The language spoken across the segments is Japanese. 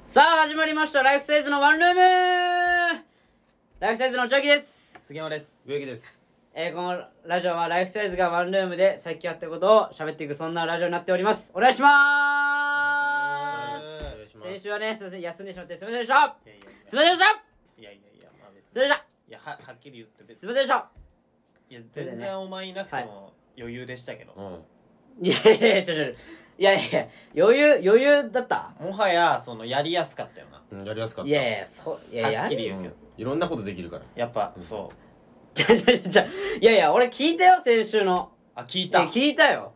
さあ始まりましたライフサイズのワンルームライフサイズのチョキです、杉山です植木ですえーこのラジオはライフサイズがワンルームで最近やったことを喋っていくそんなラジオになっておりますお願いしまお願いしすます先週はねすいません休んでしまってすいませんでしたいやいすいませんでしたやいやいやいやまあ別すいませんでしたにいやははっきり言って別すいにませんでしたいや全然お前いなくても余裕でしたけど、うんいやいやいやちょちょちょいやいや余裕余裕だったもはやそのやりやすかったよなうんやりやすかったいやいやそういやいやはっきりう言うけどん、いろんなことできるからやっぱ、うんそうちょちょちょちょいやいや俺聞いたよ先週のあ聞いえた聞いたよ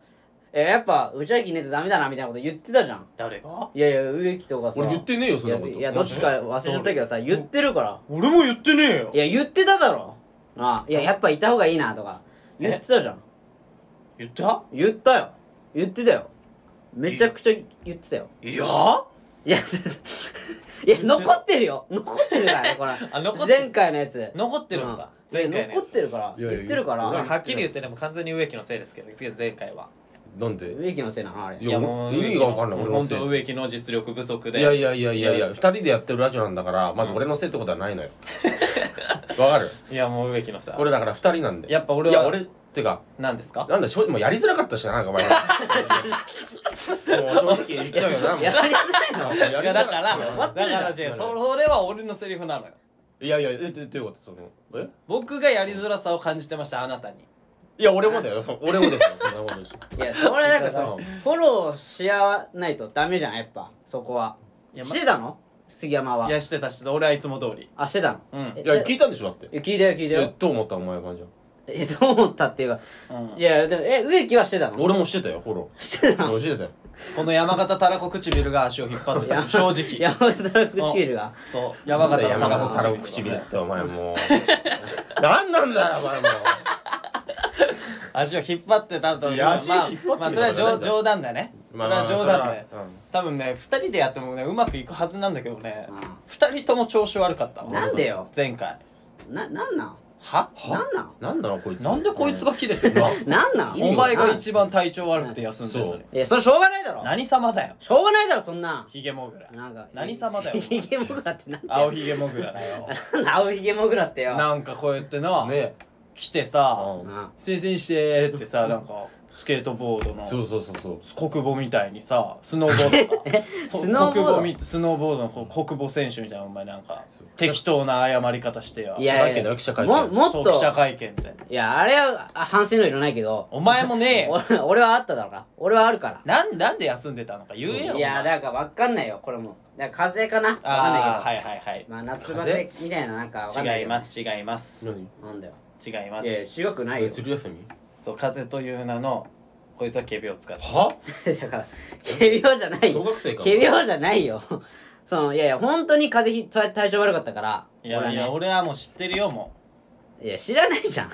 えやっぱ内垣ねえとダメだなみたいなこと言ってたじゃん誰がいやいや植木とかさ俺言ってねえよそんなこといやいやどっちか忘れちゃったけどさ言ってるから俺も言ってねえよいや言ってただろなあいややっぱいた方がいいなとかえ言ってたじゃん言った言ったよ言ってたよめちゃくちゃ言ってたよいやーいやいや言ってた残ってるよ残ってるからこれあ残ってる前回のやつ残ってるんだ、うんいや前回のや残っつてるからいやいや言ってるか言俺るらはっきり言ってでも完全に植木のせいですけど次は前回はなんで植木のせいなのあれいや俺意味がわかんない俺の本せい当植木の実力不足でいやいやいやいやいいやや二人でやってるラジオなんだからまず俺のせいってことはないのよわかるいやもう植木のさこれだから二人なんでやっぱ俺はいや俺ってか何ですかなんだ正直もうやりづらかったしななんかお前もう正直言っちゃうよなもうやりづらいのやいやだからだりづからってるじゃんら違うそそれは俺のセリフなのよいやいやえどどういうことそのえ僕がやりづらさを感じてましたあなたにいや俺もだよそう俺もですよそんなこといやそれだからさうんフォローし合わないとダメじゃんやっぱそこはいや,、してたの杉山はいやしてたしてた俺はいつも通りあしてたのうんえいや聞いたんでしょだってえ聞いたよ聞いいたやよどう思ったお前はじゃえそう思ったっていうかうんいやでもえ植木はしてたあの俺もしてたよフォロしてたーの俺してたよこの山形たらこ唇が足を引っ張ってた正直山本太郎唇がそう山形のたらこ太郎唇唇ってお前もう何なんだよお前も 足を引っ張ってたといやまあ足引っ張ってるまあそれはな冗んだ冗談だねそれは冗談だねそれはうん多分ね2人でやってもねうまくいくはずなんだけどねうん2人とも調子悪かったなんでよ前回ななんなんはなんなんなんだろうこいつなんでこいつが切れてんのなんなんお前が一番番体調悪くて休んでるのにいやそれしょうがないだろ何様だよしょうがないだろそんなんヒゲモグラなんか何様だよひげもぐらってなんだ青よヒゲモグラだ よなんだ青ひげもぐらってよなんかこうやってな、ね来てさうん「先生して」ってさなんかスケートボードのそうそうそうそう国母みたいにさスノーボード かそスノーボード国母みスノーボードのこう国母選手みたいなお前なんかそう適当な謝り方してやいや記者会見だよ記者会見ももっそうと記者会見みたいないやあれはあ反省のいらないけどお前もねえよ俺俺はあっただろうな俺はあるからなんなんで休んでたのか言えよいやだなんかわかんないよこれもなんか風邪かなわかんないけど、ああーはいはいはいまあ夏バテみたいななんかわかんない違けいどます違います何なんだよ違いまいやす違くないよ釣り休みそう風という名のこいつはケビを使っては だから仮病じゃない小よ学生か仮病じゃないよそのいやいや本当に風邪ひ体体調悪かったからいやいやね俺はもう知ってるよもいや知らないじゃん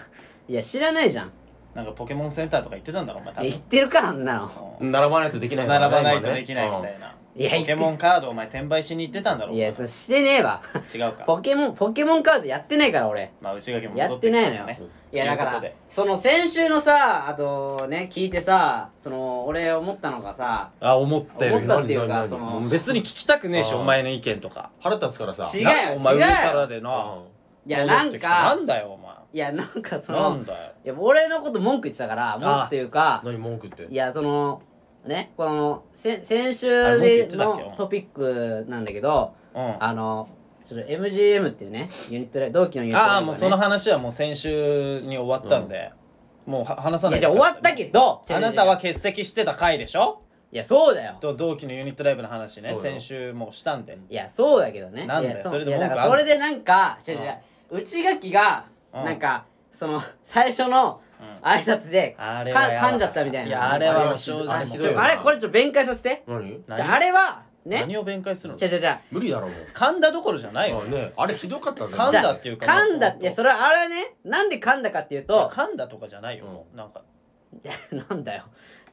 いや知らないじゃんうなんかポケモンセンターとか行ってたんだろお前多い分や言ってるかあんなのうん並ばないとできないから並ばない今とねできないみたうんいなうんいやポケモンカードお前転売しに行ってたんだろいやお前そしてねえわ違うかポケモンポケモンカードやってないから俺まあ内垣もや戻っっててなきいたのよねいやだかというらことでその先週のさあとね聞いてさその俺思ったのがさあ思って思るったっていうか何何何その別に聞きたくねえしあーお前の意見とか腹立つからさ違うなよお前違う上よからでないうやなん戻ってきたなかんだよお前いやなんかそなのんだよいや俺のこと文句言ってたから文句というか何文句っていやそのねこのせ先週あれ文句言でってたっけのトピックなんだけどうんあのちょっと MGM っていうねユニットライブ同期のユニットライああブもがうねその話はもう先週に終わったんで、もうは話さいやないじゃあ終わったけどあなたは違う違う違う欠席してた回でしょいやそうだよと同期のユニットライブの話ねそうよ先週もうしたんでいやそうだけどねなんだよいやうそれでいやだからそ文句あんのれでなんか違う違う内垣がうんなんかその最初の挨拶であかれはやば噛んじゃったみたいないやあれはもう正あ直ひちどいょわあれこれちょっと弁解させて何じゃああれはね何を弁解するの違う違う違う無理だろもう噛んだどころじゃないよあねあれひどかったぜ噛んじゃだあっていうか噛んだもういやそれはあれはねなんで噛んだかっていうと噛んだとかじゃないよ、もうなんかいやなんだよ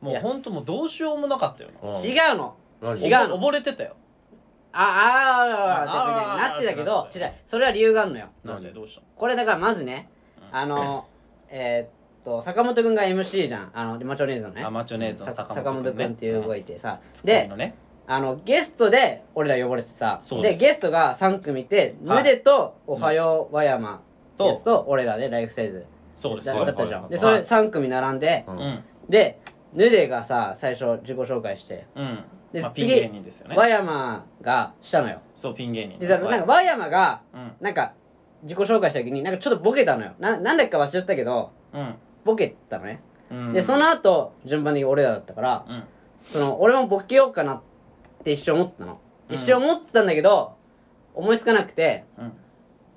いもうやほんともうどうしようもなかったよなうん違うの何違うの溺れてたよああああーあーあーあーあーってなってたけっどて違なうそれは理由があるのよなんでどうしたのこれだからまずねうんあのえーっと坂本くんが MC じゃんあのマチョネーズのねアマチュアネーズのさ坂坂本本君、ね、君っていう子がいてさうんツッコミでのねあの、ゲストで俺ら呼ばれてさ、そうでで、すゲストが3組いて、はいムデとおはよう和山うんゲスト、俺らでライフサイズそうですだそうだでっすたじゃん。で、はそれい3組並んで、ううんで、ヌデがさ、最初自己紹介して、うんでまあピ次ン芸人ですよね和山がしたのよ。そうピン芸人でさ、はいなんか和山が、うんなんか、自己紹介した時に、なんかちょっとボケたのよ。な、なんだか忘れちゃったけど、ボケたのね。うんうんで、その後、順番に俺らだったから、うんその、俺もボケようかなって一瞬思ったの。うん一瞬思ったんだけど、思いつかなくて、うん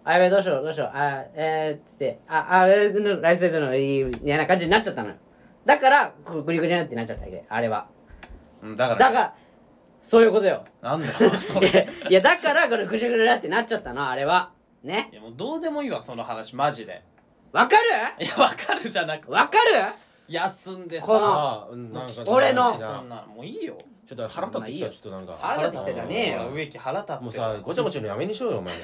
あ、やべえ、どうしよう、どうしよう、あ、えー、つって、あ、あれの、ライフサイズの、いい、みたいな感じになっちゃったのよ。だから、こうグリグリってなっちゃったわけ、あれは。うんだかだらから、そういうことよ。なんだ よそいれやいや、だから、これグリグリってなっちゃったの、あれは。ねい。やもうどうでもいいわその話マジでわかるいやわかるじゃなくてわかる休んでさこのああなんか俺のそんなもういいよちょっと腹立っまあてきたいいよちょっとなんか腹立ってきたじゃねえよほら植木腹立ってもうさごちゃごちゃのやめにしようよお 前も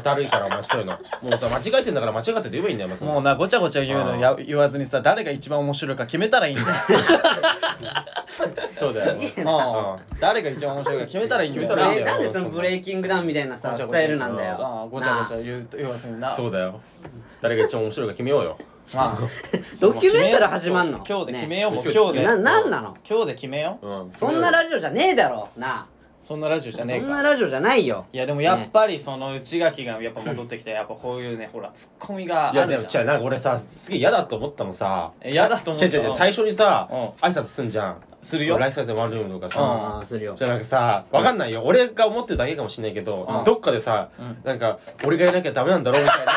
うだるいからお前そういうのもうさ間違えてんだから間違ってって言えばいいんだよお前そんなもうなごちゃごちゃ言うのや言わずにさ誰が一番面白いか決めたらいいんだ よそうだよえうん誰が一番面白いか決めたらいいんだよ決めたらいいねんだよなんでそのブレイキングダウンみたいなさごちゃスごちゃタイルなんだよさあごちゃごちゃ言う言わずにな そうだよ誰が一番面白いか決めようよまあドキュメンタル始まんの今日で決めよう、ねもう今日でななんなの今日で決めよううんそんなラジオじゃねえだろなそんなラジオじそゃんねえかなラジオじゃないよいやでもやっぱりその内垣がやっぱ戻ってきてやっぱこういうねほらツッコミがあいやるでもじじゃゃあんなんか俺さすげえ嫌だと思ったのさえ嫌だと思った違う違う違う最初にさうん挨拶すんじゃんするよライフサイズワンルームとかうんさああするよじゃあなんかさわかんないよ俺が思ってるだけかもしれないけうどんどっかでさうんなんか俺がいなきゃダメなんだろうみたい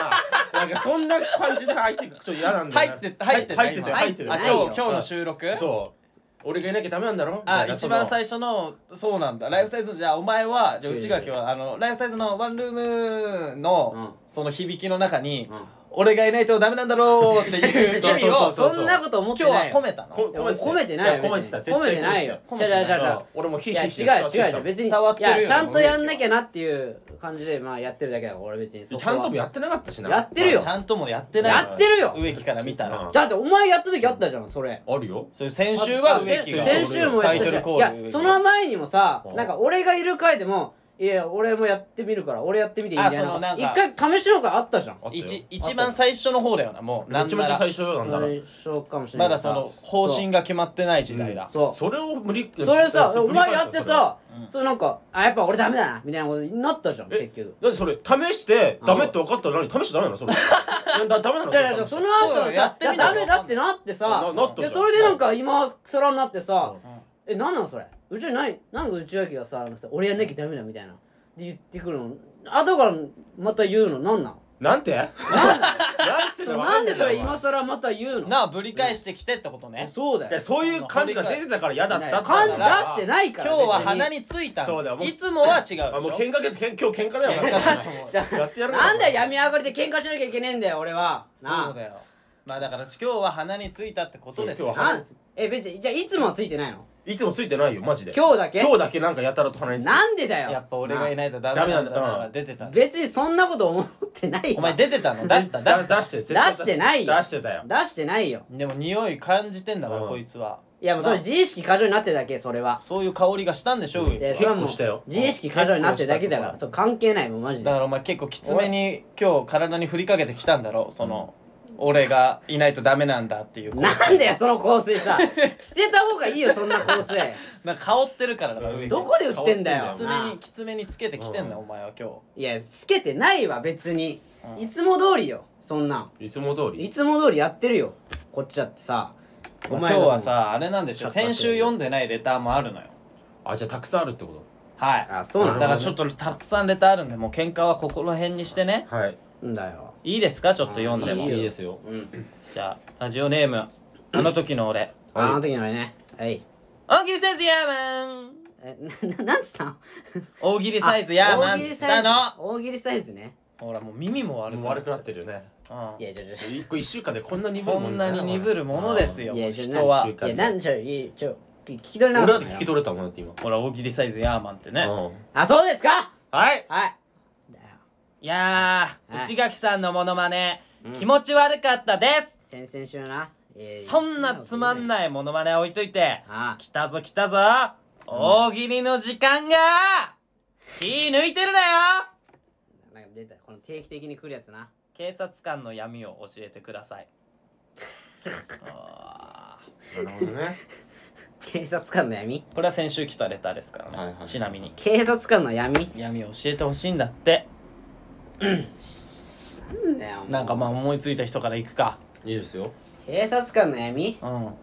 ななんかそんな感じで入ってくちょっと嫌なんだ入よなって入ってた入ってた今入ってたあない今よ日今日の収録そう俺がいなきゃダメなんだろみたあいな一番その最初のそうなんだライフサイズのじゃあお前はじゃあ内垣はあのライフサイズのワンルームのうその響きの中にうん俺がいないとダメなんだろうっていう 意そう味そうそうをそんなこと思っ今日てなはいよ込めたのこいや込めてないよ込めてた別に込めてないよ込めじてゃないあじゃあじゃあ俺もひいいやひ違いうして違う違う別に伝わってるよいやちゃんとやんなきゃなっていう感じでまあやってるだけだから俺別にそこはちゃんともやってなかったしなやってるよちゃんともやってないやってるよ植木から見たらうんだってお前やった時あったじゃんそれあるよそれ先週は植木が先週もやっタてイたトじゃルんいコーやルその前にもさうんなんか俺がいる回でもいや俺もやってみるから俺やってみていいんじゃあそのなないん一か回試しろがあったじゃんあったよ一一番最初の方だよなもうめなんちゃめなちゃら最初なんだから最初かもしれなまいだその方針が決まってない時代だそうそれを無理それさ、お繰り返前したやってさうん、それなんか、あ、やっぱ俺ダメだな、みたいなことになったじゃん、え結局。それだってそれ試してダメって分かったら何試してダメな のそれなんだダメなのじゃあじゃあそのそう後だのよやさっ、いてやみたダらメだってなってなさ、なったじゃでんそれでなんか今更になってさうん、え、なんなんそれうちない、なんか内訳がさ、あのさ俺やんなきゃダメだみたいな。で言ってくるの。後からまた言うの、なんなんなんてそうななんんてでそれい今更また言うのなあぶり返してきてってことねそうだやよ。そういう感じが出てたから嫌だったって感じ感出じしてないか今ら。日は別に鼻についたそうだよのもういつもは違うでしあもうょ喧嘩けて今日喧嘩だよ喧嘩だ と思うじゃあやってやるよなんだよ、病み上がりで喧嘩しなきゃいけねえんだよ、俺は。な そあうだよまあだから今日は鼻についたってことですそうよ今日はなんえ、別に、じゃあいつもはついてないのいつもついてないよマジで今日だけ今日だけなんかやたらと鼻についてなんでだよやっぱ俺がいなないとダメなんだだダメなんだから出てたあの別にそんなこと思ってないよお前出てたの出した出だした出して絶対出してない出よしてたよ出してないよでも匂い感じてんだからうんこいつはいやもうそれ自意識過剰になってるだけそれはそういう香りがしたんでしょうよで結構それはもうしたよ自意識過剰になってるだけだかうらんそう関係ないもんマジだかでらお前結構きつめに今日体に振りかけてきたんだろうその、俺がいないとダメなんだっていうなんだよその香水さ捨てた方がいいよそんな香 水なんか香ってるからだから上にどこで売ってんだ香よきつめにきつめにつけてきてんだ、うおん前は今いやつけてないわ別にうんいつも通りよそんなんいつも通りいつも通りやってるよこっちだってさお日、まあ、前が今日はそのさあれなんでしょちょっと待って先週読んでないレターもあるのよあじゃあたくさんあるってこはいあそうなんだだからちょっとたくさんレターあるんでもう喧嘩はここら辺にしてねとはいなんだよいいですかちょっと読んでもいいよですようんじゃあラジオネームあの時の俺あの時のあれねはい大喜利サイズヤーマンえなななんつったの大喜利サイズヤーマあン大っ喜つ利っサイズたの大喜利サイズねほらもう耳も悪もくう悪くななっってるよねうんいやじゃじゃ一個一週間でこんなに鈍いこもんになに鈍るものですよ、いもやうじゃあ人は何。いやなんでしょういいちょ聞き取れなか俺っただって聞き取れたもんだって今ほら、大喜利サイズヤーマンってね。うんあそうですかはいはいだよいやー、はい内垣さんのモノマネ、うん気持ち悪かったです、先々週な、えーそんなつまんいないモノマネは置いといて、あ来たぞ来たぞ大喜利の時間が気抜いてるなよなんか出たこの定期的に来るやつな警察官の闇を教えてくださいあなるほどね。警察官の闇ーこれは先週来たレターですからね、はいはいちなみに警察官の闇闇を教えてほしいんだってなんだよもうなんかまあ思いついた人から行くかいいですよ。警察官の闇うんう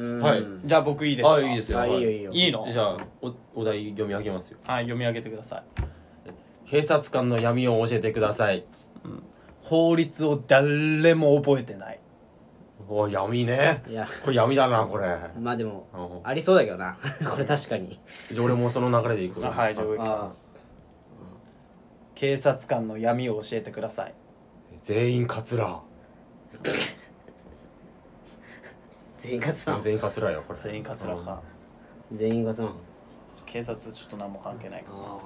ーんはいじゃあ僕いいですかあ、いいですよ。あいいよはいいよいいのじゃあ、おお題読み上げますよ。はい読み上げてください警察官の闇を教えてください。法律を誰も覚えてないお、闇ね。いやこれ闇だな、これ。まあでもうんありそうだけどな これ確かにじゃあ俺もその流れでいく。あはいじゃあ植木さあん警察官の闇を教えてください全員カツラ。全員勝つな全員カツラよ、これ。全員カツラか全員勝つな警察ちょっと何も関係ないかあ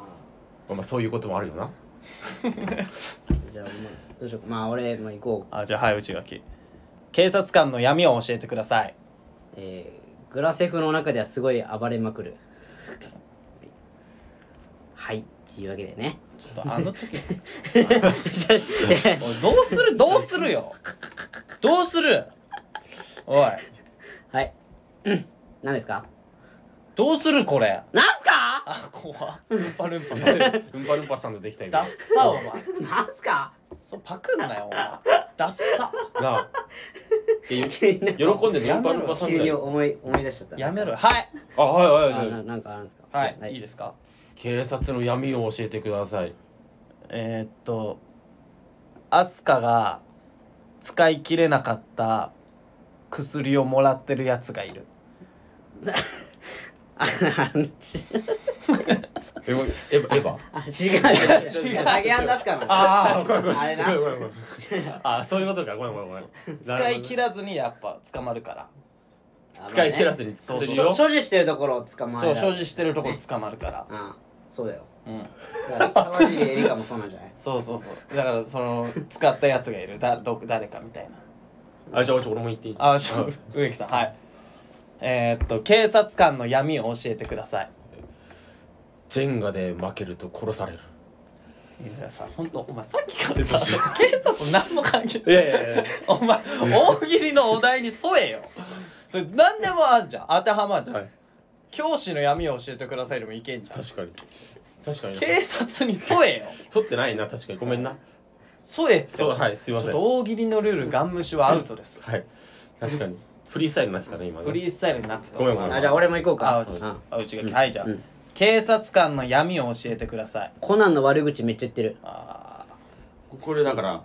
うん。まあ、そういうこともあるよな。ーじゃあお前どうしようかまあ俺まあ行こうらあじゃあはい内垣警察官の闇を教えてくださいえー、グラセフの中ではすごい暴れまくるはいっていうわけでねちょっとあの時 いやいやおいどうするどうするよどうするおい はいうん何ですかどうするこれなんすかあ怖っルンパルンパされるうんぱるんぱさんとできたよ。ダッサお前なんすかそうパクんなよお前ダッサなあ。いやよ急になんか喜んでる。うんぱるんぱさん急だによ。思い思い出しちゃったやめろよはいあ、はいあはいは。ないなんかあるんですかはい、い、いですか警察の闇を教えてください。えーっとアスカが使い切れなかった薬をもらってるやつがいるあエヴァ、エヴァエヴァ。あ違う違う違う影アンダスカのああ、ごめんごめん。あれなごめんごめん。あ、そういうことか。ごめんごめんごめん。使い切ららずにやっぱ捕まるから使い切らずずにそうそう薬を。所持してるところを捕まえそうる所持してるところ捕まるからああそうだようんだから沢尻エリカもそうなんじゃないそうそうそうだからその使ったやつがいるだど誰かみたいなあ、じゃあ、ちょ俺も言っていい。あしょ植木さんはいえーっと警察官の闇を教えてくださいジェンガで負けると殺される。いやさ本当お前さっきからさ警察と何も関係ないいやいやいや。お前大喜利のお題に添えよそれ何でもあんじゃん当てはまんじゃん、はい。教師の闇を教えてくださいでもいけんじゃん確かに。確かに。警察に添えよ沿ってないな、確かに。ごめんな。添えってそう、はい、すいまちょせっん。とは大喜利のルールガン無視はアウトですい。確かに。フリースタイルになってたね、今ね。フリースタイルになってたごめんごめんあじゃあ俺も行こうあかうちああうちがはいじゃあ、うん警察官の闇を教えてくださいコナンの悪口めっちゃ言ってるあこれだから。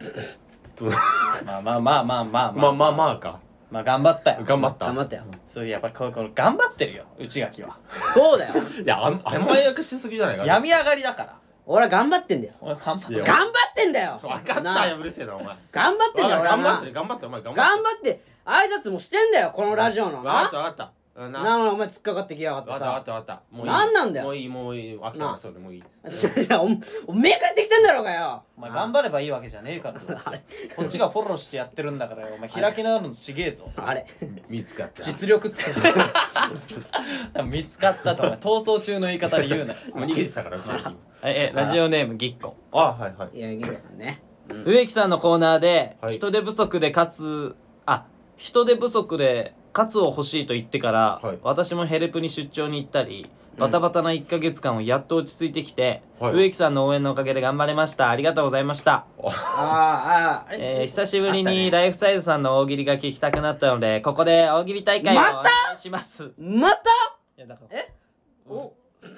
ーまあまあまあまあまあまあまああまあか。まあ頑張ったよ頑張った。頑張ったよそうやっぱこれこれ頑張ってるよ内垣はそうだよいや、あん甘やかしすぎじゃないか。病み上がりだから俺は頑張ってんだよ俺頑張っていやる頑張ってんだよ分かっなたあよ、うるせえな、お前。頑張ってんだよ俺は頑張なってる、頑張ってる、お前、頑頑張張って挨拶もしてんだよこのラジオの分かっなた、分かった。うんななのにお前突っかかってきやがってわかったわかっさたわかった。もういい。なんなんだよもういいもういい。飽きたなあなそれもういいです。じゃあおおめえからできたんだろうがよお前頑張ればいいわけじゃねえからなあれこっちがフォローしてやってるんだからよお前開き直るのちげえぞあれ見つかった。実力つけた 見つかったとお前逃走中の言い方で 言うなもう逃げてたからうちの時。ええラジオネームぎっこあはいはい。いや銀河さんね植木さんのコーナーではい人手不足で勝つあ人手不足で勝つを欲しいと言ってから、はい私もヘルプに出張に行ったりバタバタな1ヶ月間をやっと落ち着いてきて、はい植木さんの応援のおかげで頑張れましたありがとうございましたあーあーあえー れ久しぶりあったにねライフサイズさんの大喜利が聞きたくなったので、ここで大喜利大会をおまた願いします。いまたやだからえお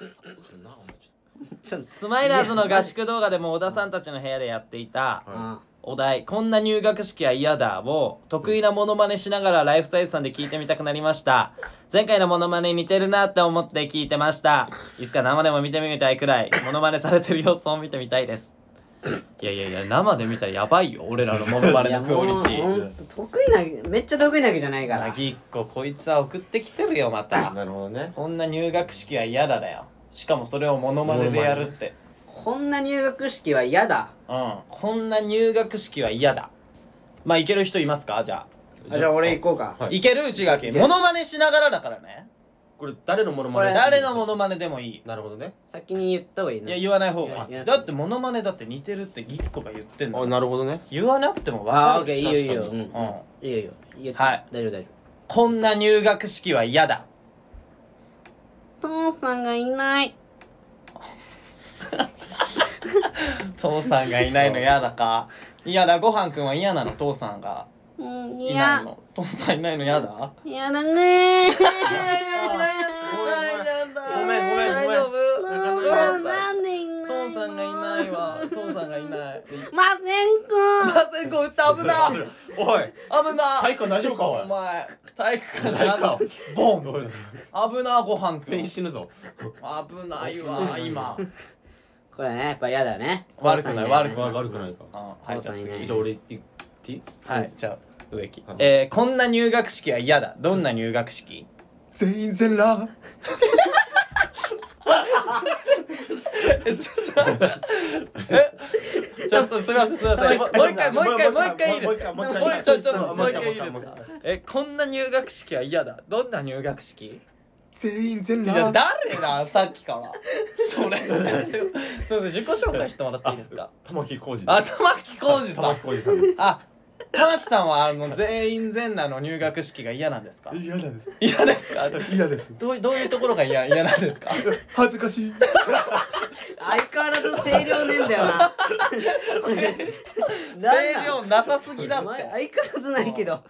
なお前ちちょっとスマイラーズの合宿動画でも小田さんたちの部屋でやっていたょっあお題「こんな入学式は嫌だ」を得意なモノマネしながらライフサイズさんで聞いてみたくなりました前回のモノマネ似てるなって思って聞いてましたいつか生でも見てみたいくらいモノマネされてる様子を見てみたいですいやいやいや生で見たらやばいよ俺らのモノマあいネやのクオリもうティほんと得意なめっちゃ得意なわけじゃないかならぎっここいつは送ってきてるよまとたなるほどね。こんな入学式は嫌だだよしかもそれをモノマネでやるってこんな入学式は嫌だうんこんな入学式は嫌だまあいける人いますかじゃあじゃあ俺行こうかはあいいける内垣モノマネしながらだからねこれ誰のモノマこネれ誰のモノマネでもいいなるほどね先に言った方がいいないや言わない方がいいやいだってモノマネだって似てるってぎっこが言ってんあのなるほどね言わなくても分あかあオッるケーいいよいいよ、う確かんにうんいいよいいよ言ってはい大丈夫大丈こんな入学式は嫌だ夫父さんがいない父さんがいないの嫌だか嫌だごはんくんは嫌なの父さんがうんいないの父さんいないの嫌だいやだねーごめんごめん大丈夫父父ささんんなんでいないの父さんがいないわ父さんがいなませんいくんマセコ打った危なおい危な体育館大丈夫かおいお前体育館体育館ボンおい危なごはんくん全員危死ぬぞないわ今これねやっぱ嫌だよね悪くない悪くわ悪くないかあは父いじさゃあんいな次いじゃあ俺言っていいはいじゃあ植木はいえーこんな入学式は嫌だどんな入学式全員全裸ちょっとすみませんすみませんもう一回もう一回もう一回いいですかもう一もう回一回ちょっともう一回いいですもう一かえこんな入学式は嫌だどんな入学式全員全いや誰ださっきからそれすみません自己紹介してもらっていいですか玉木浩二あ玉木浩二さ玉ん木浩二さんですあ玉木さんはあの全員全裸の入学式が嫌なんですか嫌です嫌ですか嫌ですどうどういうところが嫌嫌な んですか恥ずかしい相変わらず声量ねえんだよな声なん量なさすぎだだっお前て相変わらずないけど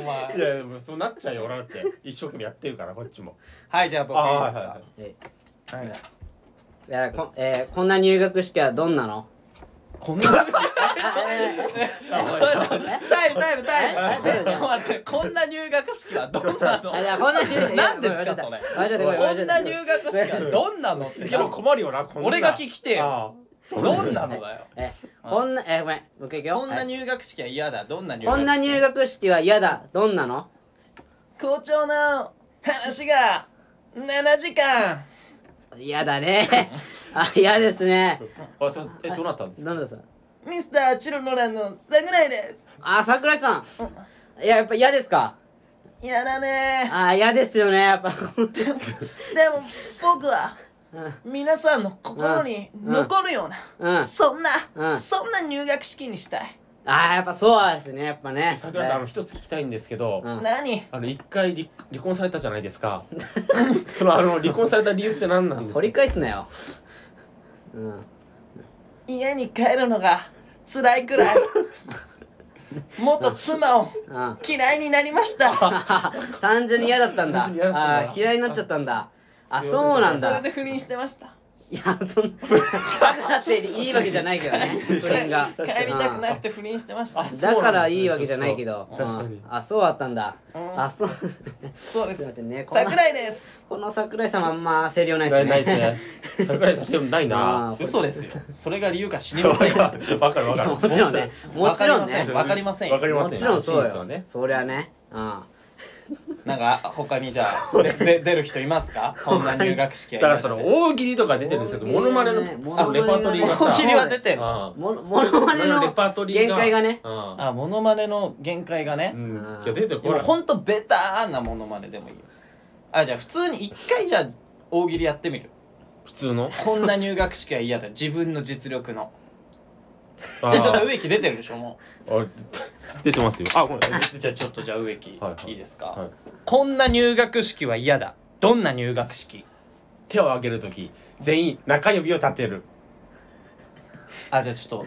お前いやでもそうなっちゃうよ俺だって一生懸命やってるからこっちもはいじゃあ僕いいですかあえはいいやこ,、えーこんな入学式はどんなのこんなはいはい タイムタイムタイムえちょっと待ってこんな入学式はどんなのあいやこんな入学何ですかそれあちょっとごめんこんな入学式はどんなのってでも困るよなこんな俺が聞きてよあどんなのだよえこんなえーごめんもう一回いく よこんなはい入学式は嫌だどんな入学式こんな入学式は嫌だどんなの校長の話が7時間嫌だねあ嫌ですねーあすいませんえどうなったんですかどんなさんミスターチルノランの桜井ですあ桜井さんいややっぱ嫌ですかやだねあ嫌ですよねやっぱでも僕はうん皆さんの心にうん残るよううなんそんうなんそんな入学式にしたいあーやっぱそうですねやっぱね桜井さんあの一つ聞きたいんですけどうん何あの一回離離婚されたじゃないですか そのあの離婚された理由って何なんです掘かり返すなようん家に帰るのが辛いく らい元妻をうん嫌いになりました 単純に嫌だったんだ単純に嫌だったんだあー嫌いになっちゃったんだあすいませんそうなんそれだで不倫してましたいやそんだからっていいわけじゃないけ どね不倫が帰りたくなくて不倫してましたあそうだからいいわけじゃないけどそうなんですねうちょっと確かんあそうだったんだうんあそう そうですいませんねこんな桜井ですこの桜井さんはあんま声量ないなでいないすでねすね桜井さんしてもないなあー 嘘ですよそれが理由か知りませんわかる わかるわかるもちろんねもちろんねわかりませんよわかりまもせんちろんそう真実はよねそりゃねうんなんか他にじゃあでで出る人いますかこんな入学式だはからその大喜利とか出てるんですけどモノマネの大喜利ねそのレパートリーがさ大喜利は出てるあものものまねのレパートリー限界がねああモノマネの限界がね、うんうんいや出てでこもなういほんとベターなモノマネでもいいよあじゃあ普通に一回じゃあ大喜利やってみる普通 のこんな入学式は嫌だ自分の実力のじじゃあちょっと植木出てるでしょも出てますよあごめんうじゃあちょっとじゃあ植木、はいいはいい、ですか、はいこんな入学式は嫌だどんな入学式手を挙げるとき全員中指を立てるあじゃあちょっと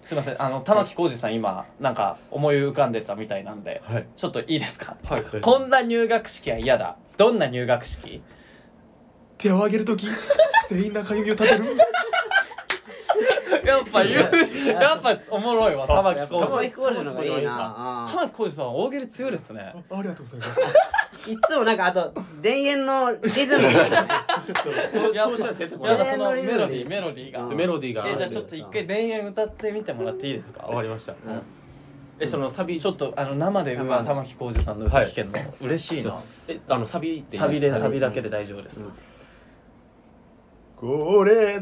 すいませんあの玉置浩二さん今なんか思い浮かんでたみたいなんで、はいちょっといいですかはいこんな入学式は嫌だどんな入学式手を挙げると き全員中指を立てるやっぱ言うやっぱおもろいわ玉置玉浩置二浩二の方がいいなうん玉置浩二さんは大喜利強いですねありがとうございますいつもなんかあと田園のリズムがそうそうしたら出てこやなだいそのメロディメロディーメロディーがうんメロディーがえじゃあちょっと一回田園歌ってみてもらっていいですかわかりましたんえそのサビちょっとあの生でうわ玉置浩二さんの歌聞けるの嬉しいなえあのサビって言サいまビすでサビだけで大丈夫ですうんこれ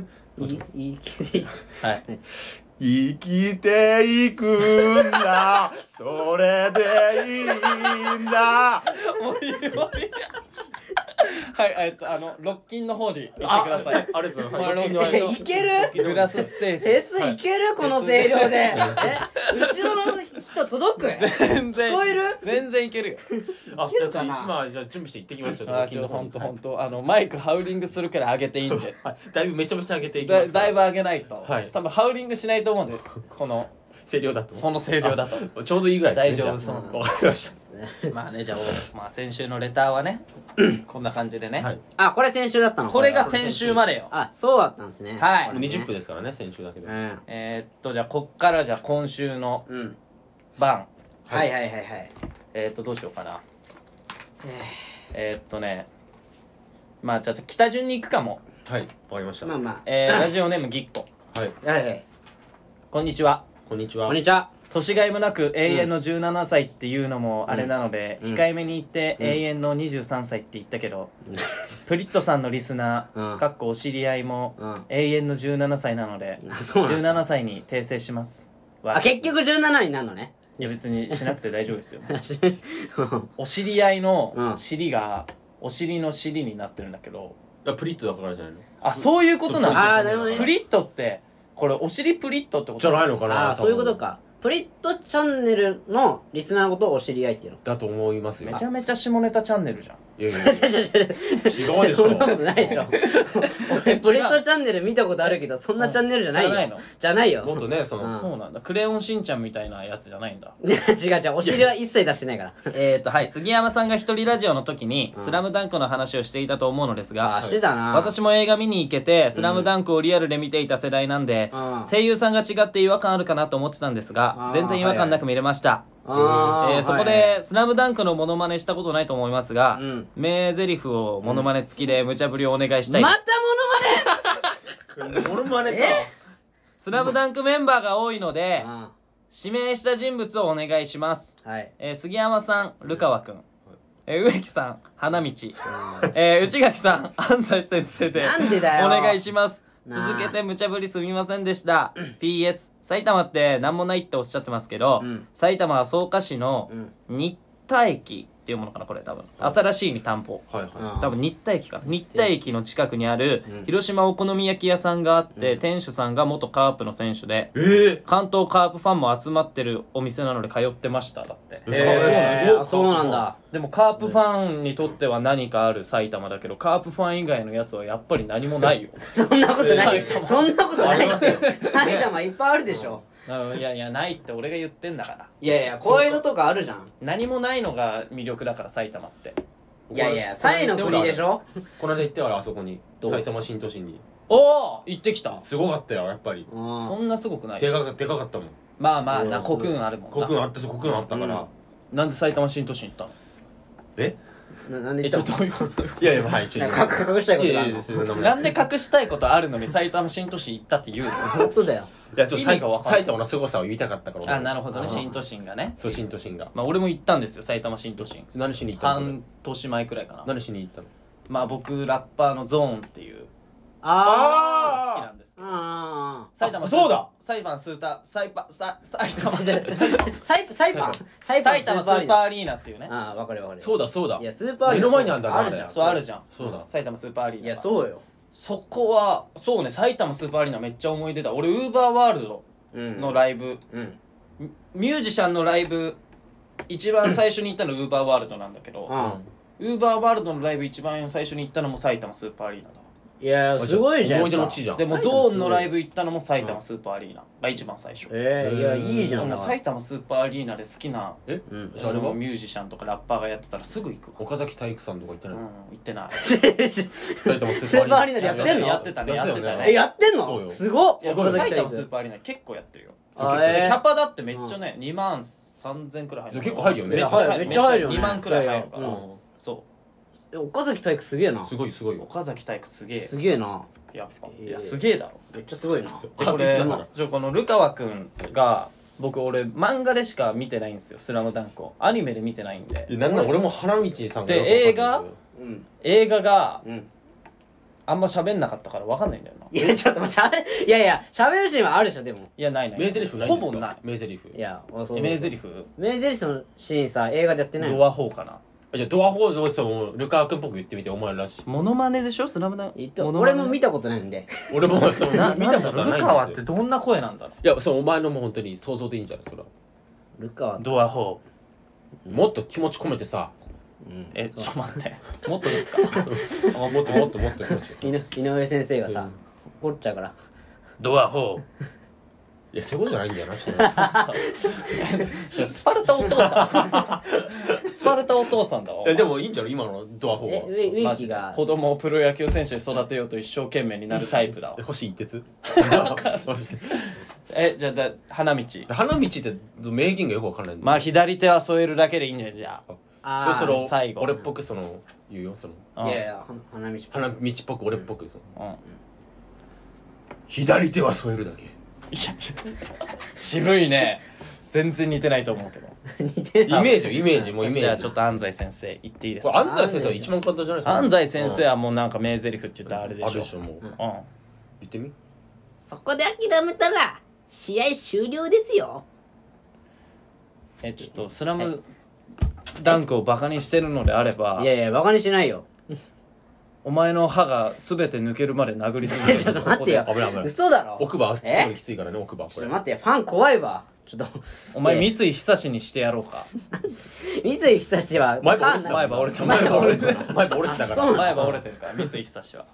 いいいけいはい生きていくん だそれでいいんだもういいもういいはい、えっと、あの、ロッキンの方に行ってくあださい。ありがとうございますは。いロッキンのえいけるグラスステージ。フェスいけるこの声量で。え後ろの人届く全然。聞こえる全然いけるよ。あ、けるかなまあ、じゃあ準備して行ってきますよ。あ、ちょ、ほんとほんと。あの、マイクハウリングするくらい上げていいんで。はいだいぶめちゃめちゃ上げていきまだすから。だいぶ上げないと。はい多分ハウリングしないと思うんで、この、声量だと。その声量だと。ちょうどいいぐらいですね。大丈夫じゃあそうわかりましまあね、じゃあお、まあ先週のレターはね、こんな感じでた。はね。い。あ、これ先週だったのこれが先週までよ。あ、そうだったんですね。はいもう20分ですからね、先週だけでう。ん。えーっと、じゃあ、こっからじゃあ今週のうん。晩。はいはいはいはい。えーっと、どうしようかな。ええーっとね、まあ、じゃあ、北順に行くかも。はい、わかりまーした。まあはまえー、ラジオネームぎっこ。い、あ。はいはい。こんにちは。こんにちは。こんにちは。年がいもなく永遠の17歳っていうのもあれなので、うん控えめに言ってうん永遠の23歳って言ったけど、プリットさんのリスナー、うんかっこお知り合いもうん。永遠の17歳なので、あ、そうなんだ17歳に訂正しますわあ、結局17になるのね。 いや別にしなくて大丈夫ですようんお知り合いうのん尻がお尻の尻になってるんだけどあプリットだからじゃないのあそういうことなそうのあーなるほどねプリットってこれお尻プリットってこじゃとないのかなあー、そういうこと。か。プリットチャンネルのリスナーのことをお知り合いっていうの。多分だと思いますよ。めちゃめちゃ下ネタチャンネルじゃんいやいや違う違う違う 違うでしょ。そんなことないでしょ。違う俺、プリットチャンネル見たことあるけど、そんなチャンネルじゃないよ。じゃないのじゃないよ。もっとね、そうの、んそうなんだクレヨンしんちゃんみたいなやつじゃないんだ 違う違う、お尻は一切出してないから。えっとはい杉山さんが一人ラジオの時に「うんスラムダンクの話をしていたと思うのですあ、がしてたな。私も映画見に行けて「スラムダンクをリアルで見ていた世代なんでうん声優さんが違って違和感あるかなと思ってたんですあがー全然違和感なく見れました、あーえーそこで「スラムダンクのモノマネしたことないと思いますが、うん名台詞をモノマネ付きで無茶ぶりをお願いしはいたいで、ますたモルマネか。スラムダンクメンバーが多いのでモノマネ指名した人物をお願いしますうんはい。えー杉山さん、ルカワくん。えー植木さん、花道。うえー内垣さん、安西先生 で。なんでだよお願いします。なあ続けて無茶ぶりすみませんでした。PS、埼玉って何もないっておっしゃってますけど、うん埼玉は草加市のん。新田駅っていうものかな、これ多分。新しいに担保。はいは多分新田駅かな新田駅の近くにある広島お好み焼き屋さんがあって、店主さんが元カープの選手でい。ええ関東カープファンも集まってるお店なので通ってましただってえーえすごーいあそうなんだ。でもカープファンにとっては何かある埼玉だけどカープファン以外のやつはやっぱり何もないよ そんなことない。埼玉そんなことあなりまい。すよ。埼玉いっぱいあるでしょ。 いやいやないって俺が言ってんだからいやいや、こういうのとかあるじゃん。何もないのが魅力だから埼玉っていやいや、サイの国でしょ。この間行ったから、あそこに。どう埼玉新都心に。おお行ってきたすごかったよ、やっぱり。うんそんなすごくないでかかでかかったもん。まあまあなうんコクーンあるもんコなクンあったし、コクンあったかうらん。なんで埼玉新都心行ったのえななんでえち言ょっったとどういうこといやいや、はい、ちょないんやか隠したいこいとがあやいるのや、そんなも んなんで隠したいことあるのに埼玉新都心行ったって言うの 本当だよ。いや、ちょっ意味がわとかんない埼玉の凄さを言いたかったから。俺あなるほどねあ新都心がねそう、新都心が。まあ俺も行ったんですよ埼玉新都心何しに行ったのそれ半年前くらいかな何しに行ったのまあ僕ラッパーのゾーンっていう好あきなんですー。けどあ埼玉あそうだ裁判スータ裁判さ埼玉ー。サイサイパンサイパン埼玉スーパーアリーナっていうねああ、わかるわかる。そうだ、そうだい。や、スーパーアリーナ目の前にあんだなあるじゃん。そうあるじゃんそうだ。埼玉スーパーアリーいナがや、そうよ。そこはそうね埼玉スーパーアリーナめっちゃ思い出だ俺ウーバーワールドうん。のライブ、うん。ミュージシャンのライブ一番最初に行ったのウーバーワールドなんだけど、あウーバーワールドのライブ一番最初に行ったのも埼玉スーパーアリーナだわいや、すごいじゃん。思い出の地じゃんでも埼玉すごゾいーンのライブ行ったのも埼玉スーパーアリーナが一番最初、えー、いや、うんいいじゃん。もだうから埼玉スーパーアリーナで好きなえうん じゃああれあのはミュージシャンとかラッパーがやってたらすぐ行くわ岡崎体育さんとか行ったうんの行ってない埼玉ススーパーアリーナでやってんのやってたねやってたねえ、やってんそのうよすごっいやすごい埼玉岡ス崎ーパーアリーナ結構やってるよそうあ結構でえキャーパだってめっちゃね2万3000くらい入る結構入るよねめっちゃいやめっちゃ入るよね2万くらい入るかいやいらやそえ岡崎体育すげえうんなす。ごいすごいうよ岡崎体育すげえすげえな。やっぱえーいやすげえだろめっちゃすごいな。アーティストだからじゃあこのルカワくんが僕俺漫画でしか見てないんですよ「スラムダンクをアニメで見てないんでいやなんなん俺も花道さんがでよくわかんない映画うん。映画がうん。あんま喋んなかったから分かんないんだよないや、ちょっと待って、喋、いやいや、喋るシーンはあるでしょ、でも。いやないない名台詞ないんですかほぼない名台詞いや、俺そう。え名台詞名台詞のシーンさ、映画でやってないドのアホーかなえじゃあドアホールをルカワ君っぽく言ってみてお前らしい モノマネでしょスラムダンえっと俺も見たたことないんで俺もそう見見たこたこととないないルカワんっですてよどんな声なんだろいやそうお前のもう本当に想像でいいんじゃないそれはルカはうドアホーもっと気持ち込めて さうんえそうちょっと待って もっとですかあもっともっともっと気持 ち井の井上先生がさ、うん怒っちゃうからドアホーいやそういうことじゃないんだよなちょっとね ちょスパルタお父さ んスパルタお父さんだわいやでもいいんじゃない今のドアホーえルウはィウィマンジキでが子供をプロ野球選手に育てようと一生懸命になるタイプだわ星一徹 えじゃあだ花道花道って名言がよくわからないんだまあよ左手は添えるだけでいいんじゃんじゃあーそれを最後俺っぽくその言うよそのあいやいやは花道花道っぽく俺っぽくそのうん、うん左手は添えるだけいや渋いね全然似てないと思うけどイメージよイメージもうイメージじゃあちょっと安西先生言っていいですこれか安西先生は一番簡単じゃないですか安西先生はもうなんか名台詞って言ったらあれであしるょでしょもう言うんってみそこで諦めたら試合終了ですよえちょっとスラムダンクをバカにしてるのであればいやいやバカにしないよお前の歯が全て抜けるまで殴りすぎえる ちょっと待ってよ危ない危ない嘘だろ奥歯え特にきついからね奥歯ちょこっれと待ってファン怖いわちょっと お前三井久志にしてやろうか三井久志は前フ歯ァ折れンてなたの前歯折れてた前歯折れてた前歯折れてたかそうら前歯折れてるから三井久志は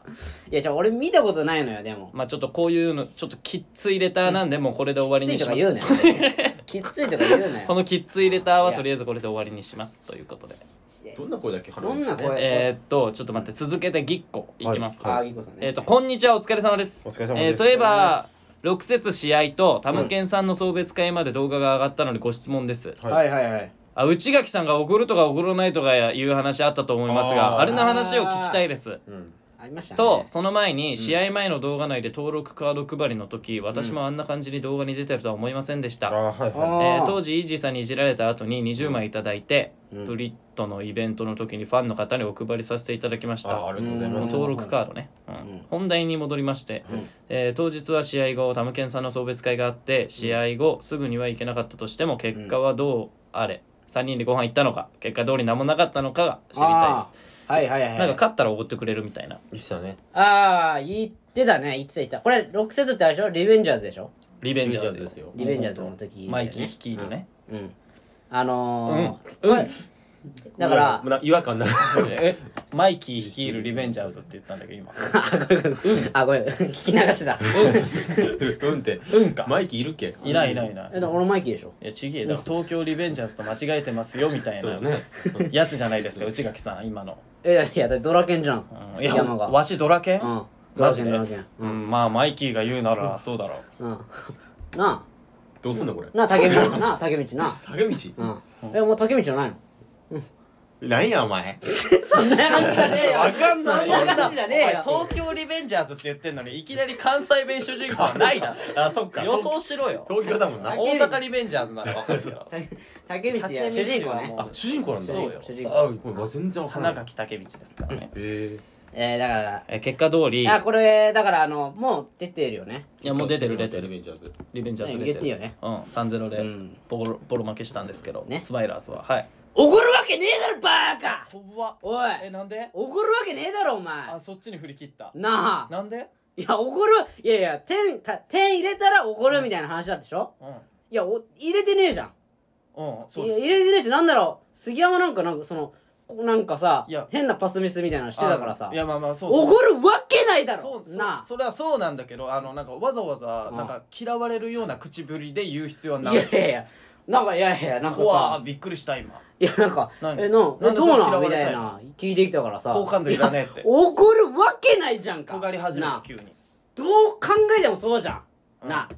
いやじゃあ俺見たことないのよでもまあちょっとこういうのちょっときっついレターなんでもうこれで終わりきつにいしとかま言うすなよきついとか言うなこよのきっついレターはとりあえずこれで終わりにしますということでどんな声だっけ花道どんな声えー、っとちょっと待って続けてぎっこいきます、あーぎこさんねえー、っとこんにちはお疲れ様ですお疲れ様ですえーそういえば6節試合とタムケンさんの送別会まで動画が上がったのでご質問です、はいはいはいはいあ内垣さんが怒るとか怒らないとかいう話あったと思いますあがーあれの話を聞きたいですうんありましたねとその前に試合前の動画内で登録カード配りの時私もあんな感じに動画に出てるとは思いませんでしあた、はいあはえーー当時イージーさんにいじられた後に20枚いただいて、ブリットのイベントの時にファンの方にお配りさせていただきましあたありがとうございうんます登録カードね、うん本題に戻りまして、えー当日は試合後タムケンさんの送別会があって試合後すぐには行けなかったとしても結果はどうあれ3人でご飯行ったのか結果通り何もなかったのかが知りたいですあーはいはいはいなんか勝ったらおごってくれるみたいなでしたねああ言ってたね言ってた言ってたこれ6節ってあれでしょリベンジャーズでしょリベンジャーズリベンジャーズですよリベンジャーズの時だよねマイキー率いるねうんあうのんーうん、だからもうな違和感ないえマイキー率いるリベンジャーズって言ったんだけど今 あごめんごめんあごめん聞き流しだうんってうんかマイキーいるっけいないいないいないえだから俺マイキーでしょいやちげえだから東京リベンジャーズと間違えてますよみたいそうなねやつじゃないですか内垣さん今の、えいやいやだってドラケンじゃんうん、い杉や山がわしドラケン、うんドマラジケでンドラケンううんん、まあマイキーが言うならそうだろう、うんなどうすんのこれあなあ竹道なあ竹道な竹う道んえもう竹道じゃないのなんやお前そんな感じじゃねえよわかんなそいんな感じじゃおね前えよ東京リベンジャーズって言ってんのにいきなり関西弁主人公はない だろあそっか予想しろよ東京だもんな大阪リベンジャーズなら分かるけど竹道や主人公ねもう主人公なんだそうよ主人公あごめんわ全然わかんな花い垣竹道ですからねええーだからえ結果通りあこれだからあのもう出てるよねいやもう出てる出てリるベンジャーズリベンジャーズ出て言るっていいよねうん3-0うでんボロボロ負けしたんですけど、ねスマイラーズははいおごるわけねえだろバーカ怖っおいえなんでおごるわけねえだろお前あそっちに振り切ったなあなんでいやおごるいやいや点た点入れたらおごるみたいな話だったでしょうんいやお入れてねえじゃんうんそういでやす入れてねえしなんなら杉山なんかなんかそのこなんかさいや変なパスミスみたいなのしてたからさいやまあまあそうそうおごるわけないだそろうそうなそれはそうなんだけどあのなんかわざわざうんなんか嫌われるような口ぶりで言う必要はあないいやいやいやなんかいやいやなんかうわあさびっくりした今いやなんか何えのえなんでそどうれな嫌んわみれたいたいな聞いてきたからさ好感度いらねえっておごるわけないじゃんか尖り始めなたあ急にどう考えてもそうじゃん、うんな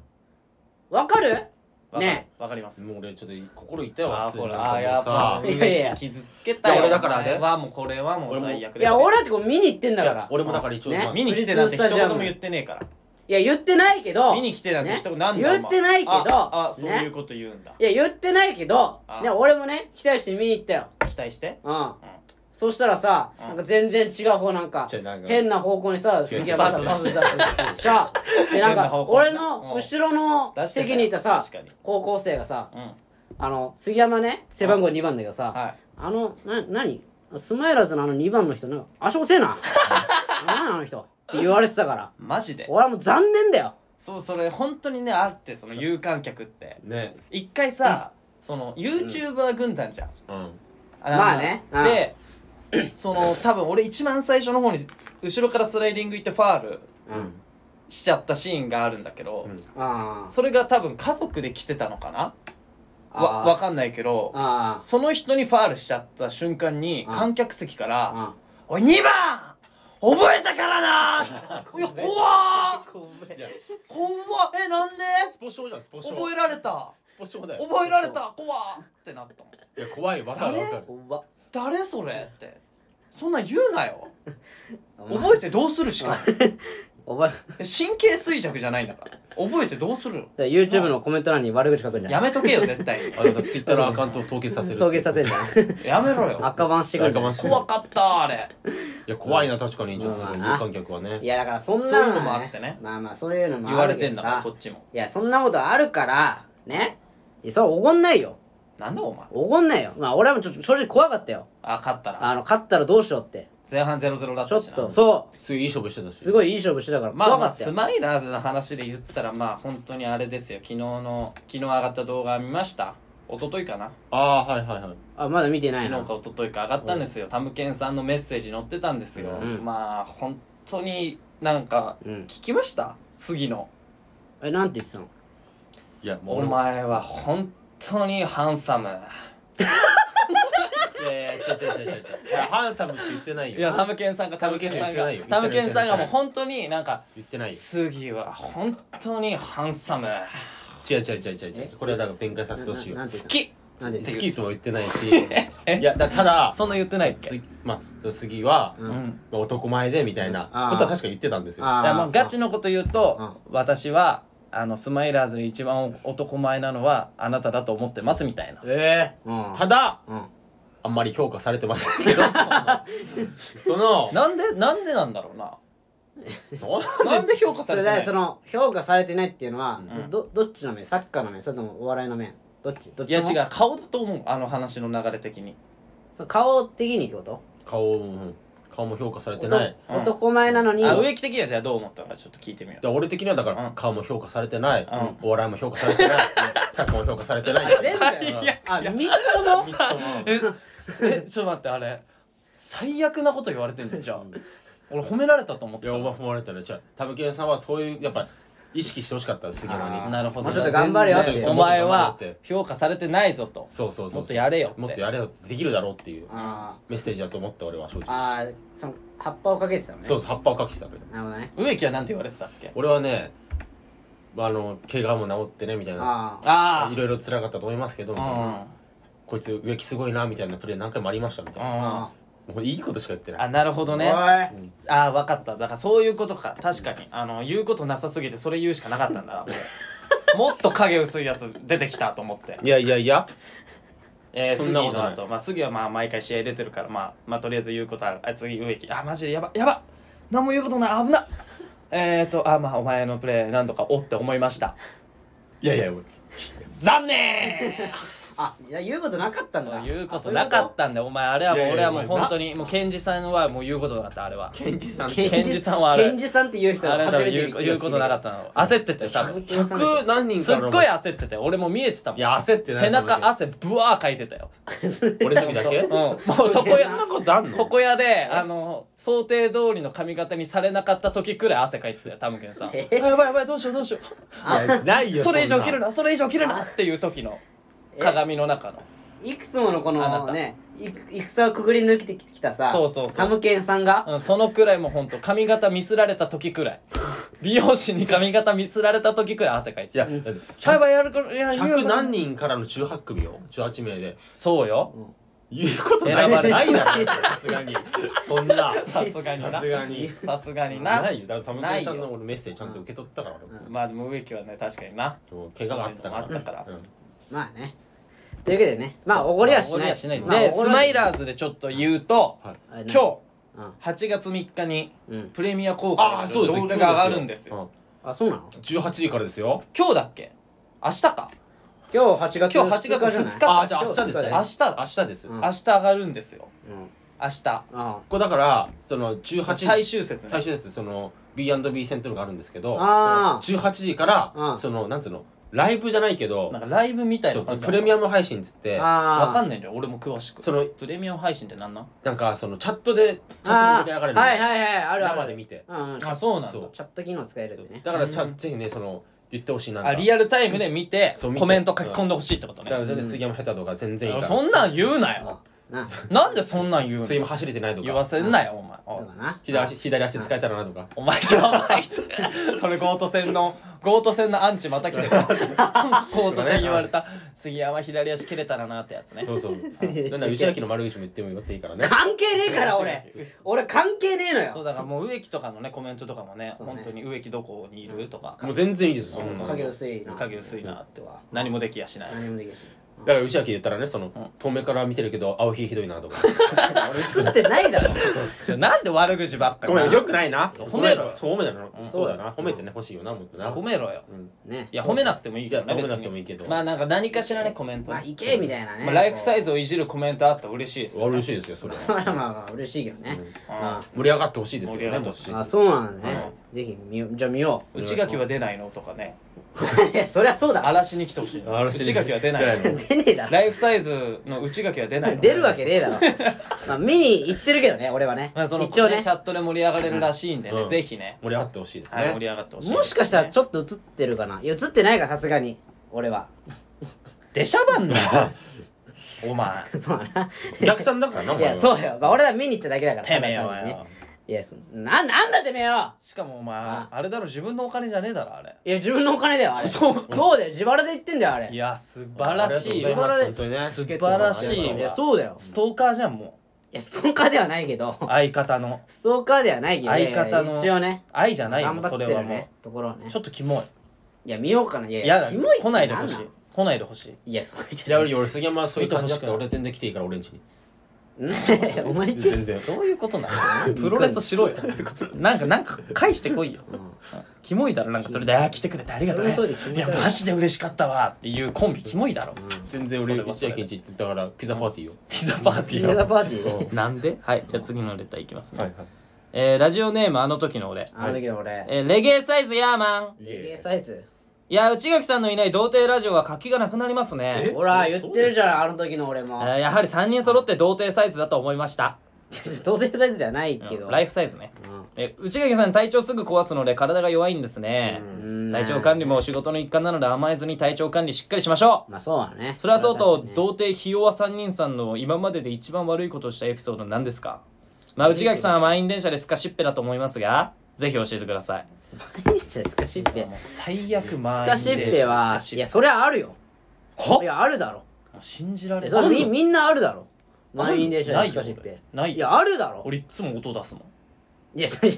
あわかるわかるねわかりますもう俺ちょっと心痛いわあ普通にほらあやっぱさいやいや傷つけたよいや俺だからねお前はもうこれはもう俺も最悪ですいや俺だってこれ見に行ってんだいかやら俺もだから一応ねまあ見に来てなんて一プリンスス言タジアもム言ってねえからいや言ってないけど見に来てなんて一言ねなんだ、お前言ってないけどああそういうねこと言うんだ、いや言ってないけどあね俺もね期待して見に行ったよ期待してうん、そしたらさ、うんなんか全然違う方なんか違うなんか変な方向にさ違う杉山さんパパスス出すしゃでなん変なか方向俺うんの後ろの出してたよ席にいたさ確かに高校生がさうんあの杉山ね背番号2番だけどさはあのな何スマイラーズのあの2番の人なんか足遅えな なんなんあの人って言われてたからマジで俺はもう残念だよそうそれ本当にねあってその有観客ってね一回さ、その YouTuber 軍団じゃん、うんのまあねでその多分俺一番最初の方に後ろからスライディング行ってファールうんしちゃったシーンがあるんだけど、うんあーそれが多分家族で来てたのかなわあーわかんないけどあーその人にファールしちゃった瞬間にあ観客席からあ「おい2番覚えたか らな! 」いや怖っいや怖っえなんでスポ少じゃんスポ少覚えられたスポ少だよ覚えられた怖っってなったもんいや怖いわかるわかるー怖っ誰それってそんなん言うなよお前覚えてどうするしかもお前神経衰弱じゃないんだから覚えてどうする YouTube のコメント欄に悪口書くんじゃやんめとけよ 絶対にあなたツイッターのアカウントを凍結させる凍結させんじゃんやめろよ赤番してくんじゃ赤番んし怖かったあれいや怖いな確かにちょっとまあ有な観客はいねやだからそんなそういうのもあってねまあまあそういうのも言あわれるてけんどだからさこっちもいやそんなことあるからねいやそれはおごんないよなんだお前おごんないよまあ俺はもうちょっと正直怖かったよあ勝ったらあの勝ったらどうしようって前半0-0だっちょたしっなとそすごいいい勝負してたうしすごいいい勝負してたからまあ怖まかあったスよ、マイラーズの話で言ったらまあ本当にあれですよ昨日の昨日上がった動画見ました一昨日かなああーはいはいはいあまだ見てない昨な日か一昨日か上がったんですよタムケンさんのメッセージ載ってたんですよ、うんまあ本当になんかうん聞きました杉野えなんて言ってたのいやもうお俺も前は本当にハンサムいやいや、違う違う違う違う。いやハンサムって言ってないよ。いやタムケンさんがタムケンさんが言ってないよタムケンさんがもう本当になんか言ってないよ。杉は本当にハンサム違う違う違う違う違う。これはだから弁解させてほしいよ。な好んて言って好きたのなんて言ってきとも言ってない し。いや、だただ、そんな言ってないっけついまあ、その杉は、ううんんまあ、男前でみたいなあーことは確か言ってたんですよ。あいやまあガチのこと言うと私はあのスマイラーズで一番男前なのはあなただと思ってますみたいなええうんただ、うんあんまり評価されてません けど、その、なんでなんでなんだろうなそ なんで評価さそれれてなでいその評価されてないっていうのは、んどどっちの面サッカーの面それともお笑いの面どっちどっいちやとも違う顔だと思うあの話の流れ的にその顔的にってこと顔も、顔も評価されてない。うん男前なのに、あ植木的にはじゃあどう思ったのかちょっと聞いてみようだから俺的にはだかうらん顔も評価されてない、んお笑いも評価され てない、サッカーも評価されてない。全部最悪あ三つとも三つとも ええちょっと待ってあれ最悪なこと言われてんじゃん俺褒められたと思っいてや、たお前踏まれたね。じゃあ、タブケンさんはそういう、やっぱ、意識してほしかった、杉野あに。なるほどもうちょっと頑張れよって全然お前もはっと頑張れよって評価されてないぞとそうそうそう。もっとやれよってもっとやれよって。できるだろうっていうあメッセージだと思った俺は正ー直。あーその葉っぱをかけてたのねそうそう、葉っぱをかけてたけど。なるほどね植木はなんて言われてたっけ俺はね、まああの、怪我も治ってね、みたいな。あああいろいろ辛かったと思いますけど、みたいなあこいつ植木すごいな、みたいなプレー何回もありました、みたいうんな。うんあもういいことしか言ってなあい。なるほどーねあおいあ分かっただからそういうことか確かにあの言うことなさすぎてそれ言うしかなかったんだな 俺もっと影薄いやつ出てきたと思って、いやいやいや、えー、そ杉んなことないの後、まあ、杉はまあ毎回試合出てるから、まあ、まあとりあえず言うことあるあ次植木あマジでやばやば何も言うことない危なっえーとあまあお前のプレー何度かおって思いましたいやいや、俺残 念あいや言うことなかったんそうだ言うことあなかったんだよお前あれはもういやい俺やはもうお前な本当にもうケンジさんはもう言うことなかったあれはケンジさんそういうことケンジさんはあれケンジさんっていう人あれがだ初ろめて言う言うことなかったの焦ってて多分ケンジさんだ100何人すっかごのい焦ってて俺もう見えてたもんいや焦ってない背中汗ぶわーかいてたよ俺の時だけ うんもう床そん屋なことあんの床屋であの想定通りの髪型にされなかった時くらい汗かいてたよタムケンさんえあやばいやばいどうしようどうしよいやないうよそれ以上ん切るなそれ以上切るなっていう時のえ鏡の中のいくつものこあなのたねいく戦をくぐり抜けてきたさそうそうそうサムケンさんがうん、そのくらいもうほんと髪型ミスられた時くらい美容師に髪型ミスられた時くらい汗かいていたややばいやるからいや言う100何人からの18組よ18名でそうよ言うことない選ばれないだろさすがにそんなさすがになさすがにさすがになないよだからサムケンさんないの俺メッセージちゃんと受け取ったから俺んまあでも植木はね確かになもう怪我があったかそういうのらもあったからうんまあねというわけでねまあおごりはしまあおごないですでスマイラズーズでちょっと言うとはい今日うん8月3日にうんプレミア公あ開あすそるうで動す画が上がるんですよあそうなのうん18時からですよ今日だっけ明日か今日8月今日8月じゃない2日かあじゃあ明日ですそうね明日だ明日ですうん明日上がるんですようん明日あこれだからその18最終節ね最終ですその B&B 線っていうのがあるんですけどあーその18時から、うんそのなんつうのライブじゃないけどなんかライブみたいそなう感じプレミアム配信っつってあわかんないんだよ俺も詳しくそのプレミアム配信ってなんなんなんかそのチャットでチャットで盛り上がれるあーはいはいはいあるある生で見てうんうん、チあそうなんだそうャット機能使えるやつねだからちゃ、うんぜひねその言ってほしいなあリアアルタイムで見てそう見てコメント書き込んでほしいってことだかねら全然杉山下手とか全然いいからそんなん言うなよななんでそんなん言うの杉山走れてないと言わかせんなよお前だおいからな左足左足使えたらなとかお前やばい人それゴート戦 のゴート戦のアンチまた来てるゴート戦言われた杉山左足切れたらなってやつねそうそう なんだ内垣の丸口も言ってもよっていいからね関係ねえから俺俺関係ねえのそうよだからもう植木とかのねコメントとかもねそうね本当に植木どこにいるとかもう全然いいですそんなの影薄いな影薄いなってはうん何もできやしない何もできないしだから内垣言ったらねその遠目から見てるけど青ひひどいな とか映ってないだろなんで悪口ばっかりごなめんよくないなそう褒めろそう褒めだなうんそうだな褒めてね欲しいよなもっとな褒めろよねいや褒めなくてもいいけどねいや別に褒めなくてもいいけどまあなんか何かしらねコメントまあいけみたいなねまあライフサイズをいじるコメントあったら嬉しいですよ嬉しいですよそれそれはまあまあ嬉しいけどね、うん盛り上がってほしいですよ盛り上がねってもほししいあそうなんだね、ぜひ見ようじゃあ見よ内垣は出ないのとかねう いやそりゃそうだ荒らしに来てほしいの内垣は出ないの出ねえだろライフサイズの内垣は出ないの出るわけねえ だろまあ見に行ってるけどね俺はね、まあその一応ねねチャットで盛り上がれるらしいんでうねんぜひね盛り上がってほしいですはい盛りね上がってほしいもしかしたらちょっと映ってるかないや映ってないかさすがに俺は 出しゃばんなよ お前そうだなお客さんだからなおい前はやそうよ、まあ、俺は見に行っただけだからてめえただよ単にねよいやそななんだてめえよ しかもお前ああれだろ自分のお金じゃねえだろあれいや自分のお金だよあれそうそうだよ自腹で言ってんだよあれいや素晴らしいありがとうよござます本当にね素晴らしいいやそうだよストーカーじゃんもいやストーカーではないけどう相方のストーカーではないけど相方の一応ね愛じゃないよ頑もう張そってれはるもねところをねうちょっとキモいや見ようかないいややだキモいって来ないでほしんいん来ないでほしいいやそれじじゃゃあ俺俺杉山はそういう感じだったら見て俺全然来ていいから俺んちに んお前んち全然どういうことなのプロレスしろよ なんかなんか返してこいよキモいだろなんかそれであー来てくれてありがとうねそれはそうでいやマジで嬉しかったわっていうコンビキモいだろ 全然俺内垣んち行ってだから ピザパーティーよピザパーテピィザーパーティーうでんなんではいじゃあ次のレターいきますね、はいはいえーラジオネームあの時の俺あの時の俺えーレゲエサイズヤーマンレゲエサイズいや内垣さんのいない童貞ラジオは活気がなくなりますねほら言ってるじゃんあの時の俺もえーやはり3人揃って童貞サイズだと思いました童貞サイズではないけどライフサイズねうんえ内垣さん体調すぐ壊すので体が弱いんですねうん体調管理も仕事の一環なので甘えずに体調管理しっかりしましょうまあそうだねそれはそうと、確かにね童貞ひ弱三人さんの今までで一番悪いことをしたエピソードなんですかまあ内垣さんは満員電車ですかしっぺだと思いますがぜひ教えてください 何してんすかしっぺ最悪満スカシッペはいやそれはあるよいやあるだろ信じらいやれそれないみみんなあるだろある満員電車なでいスカシッペないよいやあるだろ俺いつも音出すもいやそれいや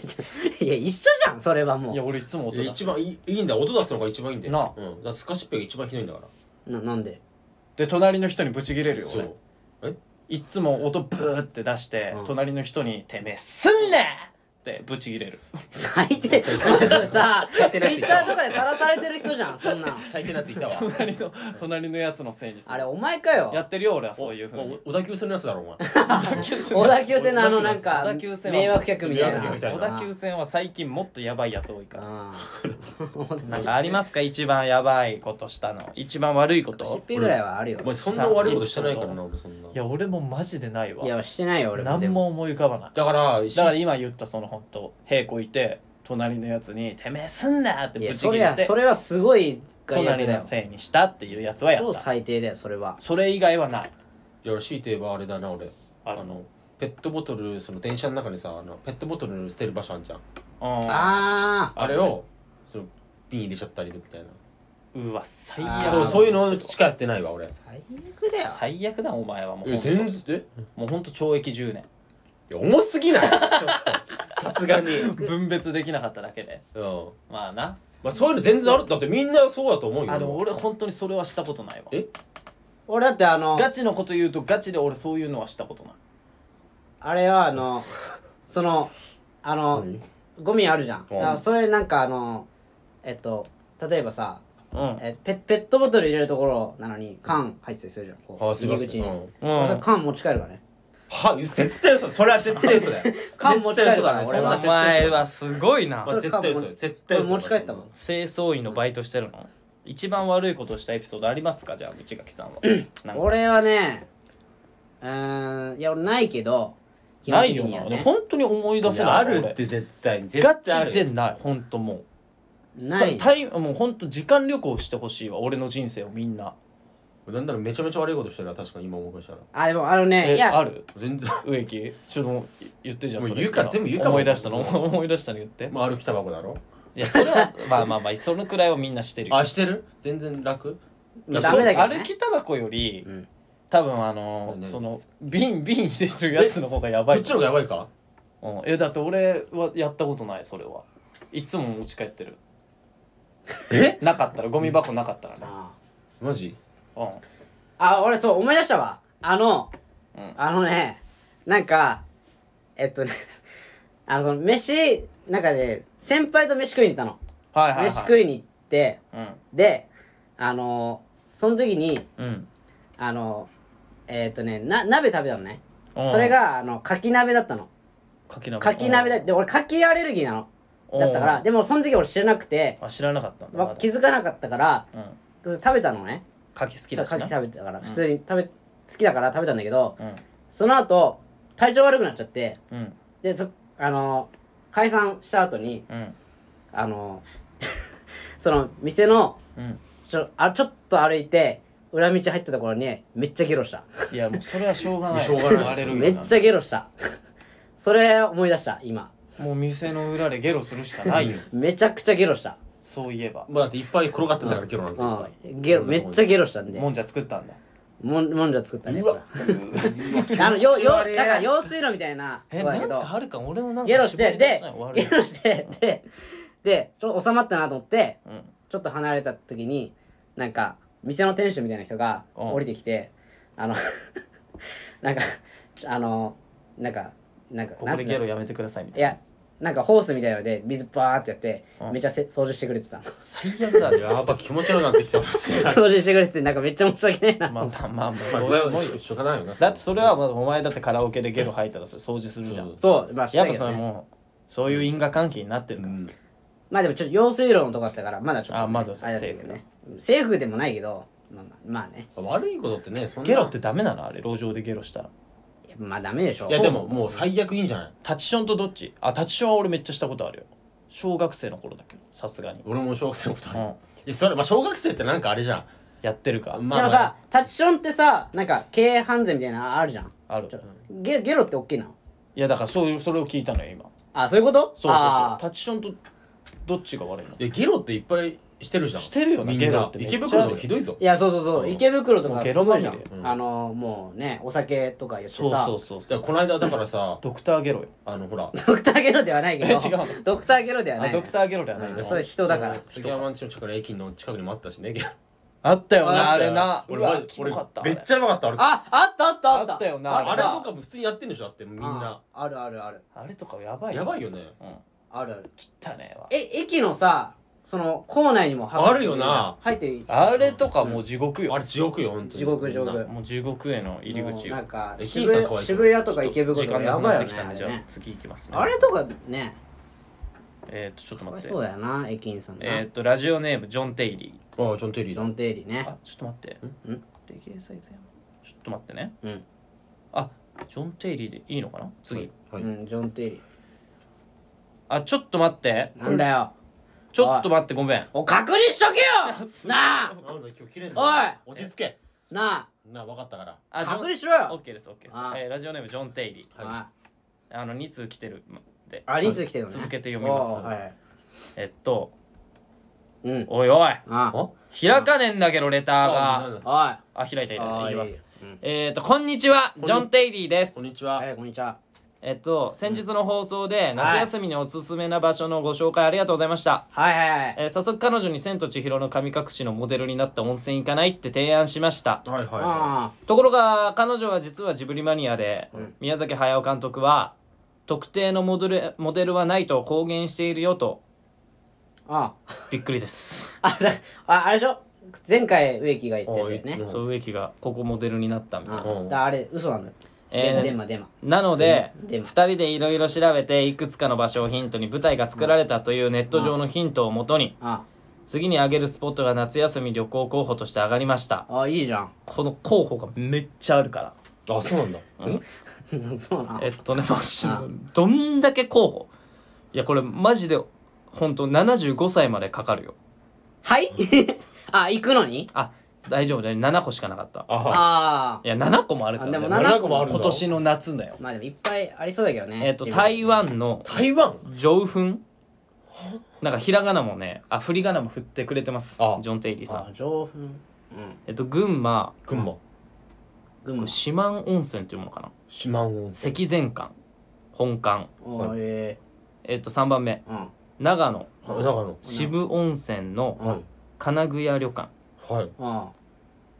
いや一緒じゃんそれはもんいや俺いつも音い出やす一番いいいいんだ音出すのが一番いいんだよなあうんだからスカシッペが一番ひどいんだからうななんでで隣の人にブチギレるよそ俺ういつも音ブーって出して、うん隣の人に「てめえすんな!」ってブチギレる最低それさツイ最低なやつッいたターとかでさらされてる人じゃんそんなん最低なやついたわ隣の隣のやつのせいにするあれお前かよやってるよ俺はそういうふうに小田急線のやつだろ お前小田急線のあのなん小か田急線は迷惑客みたいな迷惑客みたい小な田急線は最近もっとやばいやつ多いからうん なんかありますか一番やばいことしたの一番悪いこしっとぺぐらいはあるよお前そんな悪いことしてないからな俺そんないや俺もマジでないわいやしてないよ俺も何でもも思い浮かばないだからだから今言ったそのほんと平子いて隣のやつに「てめえすんな!」っていぶやちそ切れれはてそれはすごい害悪隣だよのせいにしたっていうやつはや超った最低だよそれはそれ以外はないじゃあ強いて言えばあれだな俺ああののペットボトルその電車の中にさあのペットボトル捨てる場所あんじゃんあああれをその瓶入れちゃったりみたいなうわ最あ悪ーそうそういうのしかやってないわ俺あ最悪だよ最悪だお前はもうえほんと全然えもうほんと懲役10年いや重すぎない ちょっとさすがにうん分別できなかっただけでまあなまあそういうの全然あるだってみんなそうだと思うよあの俺本当にそれはしたことないわえ俺だってあのガチのこと言うとガチで俺そういうのはしたことないあれはあのそのあのゴミあるじゃんだからそれなんかあのえっと例えばさうんえペペットボトル入れるところなのに缶入ってたりするじゃんこうあすいま入せりん口に、うんそれ缶持ち帰るわねは絶対嘘それは絶対嘘だよ 缶持ち帰るから絶俺対嘘だねはそんなお絶対前嘘だはすごいなまあ絶対嘘よ絶対俺嘘持ち帰ったもん清掃員のバイトしてるの一番悪いことをしたエピソードありますかじゃあ内垣さんはなんか俺はねうーんいや俺ないけど基本な的いよにはな、ね本当に思い出せないある俺って絶対に絶ガ対あチるでない本当もうないさタイもう本当時間旅行してほしいわ俺の人生をみんななんならめちゃめちゃ悪いことしてるな確かに今思い出したらあでもあのねいえあやる全 然植木ちょっともう言ってじゃんもうそれ言うから全部言うから思い出したのもう思い出したの言ってまあ歩きタバコだろいやそれはまあまあまあそのくらいはみんなしてるよあしてる全然楽ダメだけど、ね、歩きタバコより、うん多分あの何その瓶瓶してるやつの方がやばそいっちの方がやばいかうん、えだって俺はやったことないそれはいつも持ち帰ってるえなかったらゴミ箱なかったらねあマジうんあ俺そう思い出したわあの、うんあのねなんかえっとね あのその飯なんかで先輩と飯食いに行ったのはいはいはい飯食いに行ってうんであのその時にうんあのえっとねな鍋食べたのねうんそれがあの柿鍋だったのかき鍋柿鍋だで俺柿アレルギーなのうんだったからでもその時俺知らなくてうんあ知らなかったんだ、わまだ気づかなかったからうん、食べたのねかき好きだし柿な食べてたから普通に食べ好きだから食べたんだけどうんその後体調悪くなっちゃってうんでそあの解散した後にうんあの その店のうんちょあちょっと歩いて裏道入ったところにめっちゃゲロしたいやもうそれはしょうがないしょうがないもアレルギめーっなんでちゃゲロした それ思い出した今もう店の裏でゲロするしかないよめちゃくちゃゲロしたそういえばまあだっていっぱい転がってたから今日なんてうんゲロめっちゃゲロしたんでもんじゃ作ったんだもんもんじゃ作ったねうわ あのよよなんか用水路みたいなとえこだなけんどかあるか俺もなんかゲロし絞てり出でせないゲ悪いロしてででちょっと収まったなと思ってうんちょっと離れた時になんか店の店主みたいな人がうん降りてきてあの なんかちょあのなんかなんかこなこんつでうゲロのいやめてくださいみたいなやなんかホースみたいので水バーってやってうんめっちゃせ掃除してくれてたの 最悪だねやば気持ち悪くなってきたもんそ掃除してくれててなんかめっちゃ申し訳ないなまあまあまあまあそうれいうもはんよしょうがないよなだってそれはまだお前だってカラオケでゲロ吐いたらそれ掃除するじゃんそうそうまあやっしぱたけそどれねもうそういう因果関係になってるから、まあでもちょっと用水路のとこだったからまだちょっとね、あまだそうれったけどねセーフでもないけどまあまあまあね悪いことってねそんなゲロってダメなのあれ路上でゲロしたらやっぱまあダメでしょいやでももう最悪いいんじゃないタチションとどっちあタチションは俺めっちゃしたことあるよ小学生の頃だけどさすがに、俺も小学生のことあうるん、いやそれまあ小学生ってなんかあれじゃんやってるか、までもさタッチションってさなんか軽犯罪みたいなのあるじゃんあるちょゲゲロって OK なのいやだからそういうそれを聞いたのよ今あそういうことそうそうそうあータチションとどっちが悪いのいやゲロっていっぱいしてるじゃんしてるよなみんゲロってめっちゃ池袋の方がひどいぞいやそうそうそう、うん池袋とかすごいじゃんもうゲロまみあのもうねお酒とか言ってさそうそうそうだからこの間だからさドクターゲロよあのほらドクターゲロではないけどえ違うのドクターゲロではなあいドクターゲロではないの、うんそれ人だからその杉山んちの近くの駅の近くにもあったしねゲロあったよなああれなう 俺わ俺キモかっためっちゃやばかったあれああったあったあったあったよなああっれたとかも普通にやってんでしょだってみんなああるあるあるあれとかやばいやばいよねうんあるある汚ねえわえ駅のさその構内にも入ってあるよな入っていいあれとかもう地獄よ、あれ地獄よ本当に地獄地獄もう地獄への入り口もうなよんか駅渋員さんかわいそう谷渋谷とかちょっ池袋時とか間やなくなばいってよきねたんでじゃあれあね次行きますねあれとかねえー、とちょっとかわい待っそうてだよな駅員さんなえー、とラジオネームジョン・テイリああジョン・テリージだョン・テイリーーねあちょっと待ってんんで掲載全部ちょっと待ってねうんあジョン・テイリーでいいのかな次、はういんジョン・テイリあちょっと待ってーなんだよちょっと待ってごめんお確認しとけ よなあなんだ今日綺麗おい落ち着けななあ分かったからああジョン確認しろよ OK ですオッケーですあえーラジオネームジョン・テイリーはあの2通来てるのであ二通来てるのね続けてい読みますおうはいえっとうんおいおいあお開かねえんだけどレターあながんだおいあ開いた開いたあいきいますうんえっとこんにちはジョン・テイリーですこんにちははいこんにちはえっと先日の放送で夏休みにおすすめな場所のご紹介ありがとうございました、はいはいはいえー早速彼女に「千と千尋の神隠し」のモデルになった温泉行かないって提案しましたはいはいはあところが彼女は実はジブリマニアで、うん宮崎駿監督は特定のモデルモデルはないと公言しているよとああびっくりですあだああれでしょ前回植木が言ってたおいよねうんそう植木がここモデルになったみたいなあだあれ嘘なんだってえーデマデマなのでで2も人でいろいろ調べていくつかの場所をヒントに舞台が作られたというネット上のヒントをもとにあ次に挙げるスポットが夏休み旅行候補として上がりましたあいいじゃん この候補がめっちゃあるからあそうなんだえそうなえっとねマジであどんだけ候補いやこれマジでほんと75歳までかかるよはい あ行くのにあ大丈夫だね7個しかなかったああいや7個もあるから、ね、あでも7 7個個ももあある今年の夏だよあまあでもいっぱいありそうだけどねえっと台湾の台湾上粉なんかひらがなもねあ振り仮名も振ってくれてますあジョン・テイリーさあん上粉うんえっと群馬群馬群馬四万温泉というものかな四万温泉積善館本館おーええっと3番目ーうん長野あ長野渋温泉のはい金具屋旅館はいあ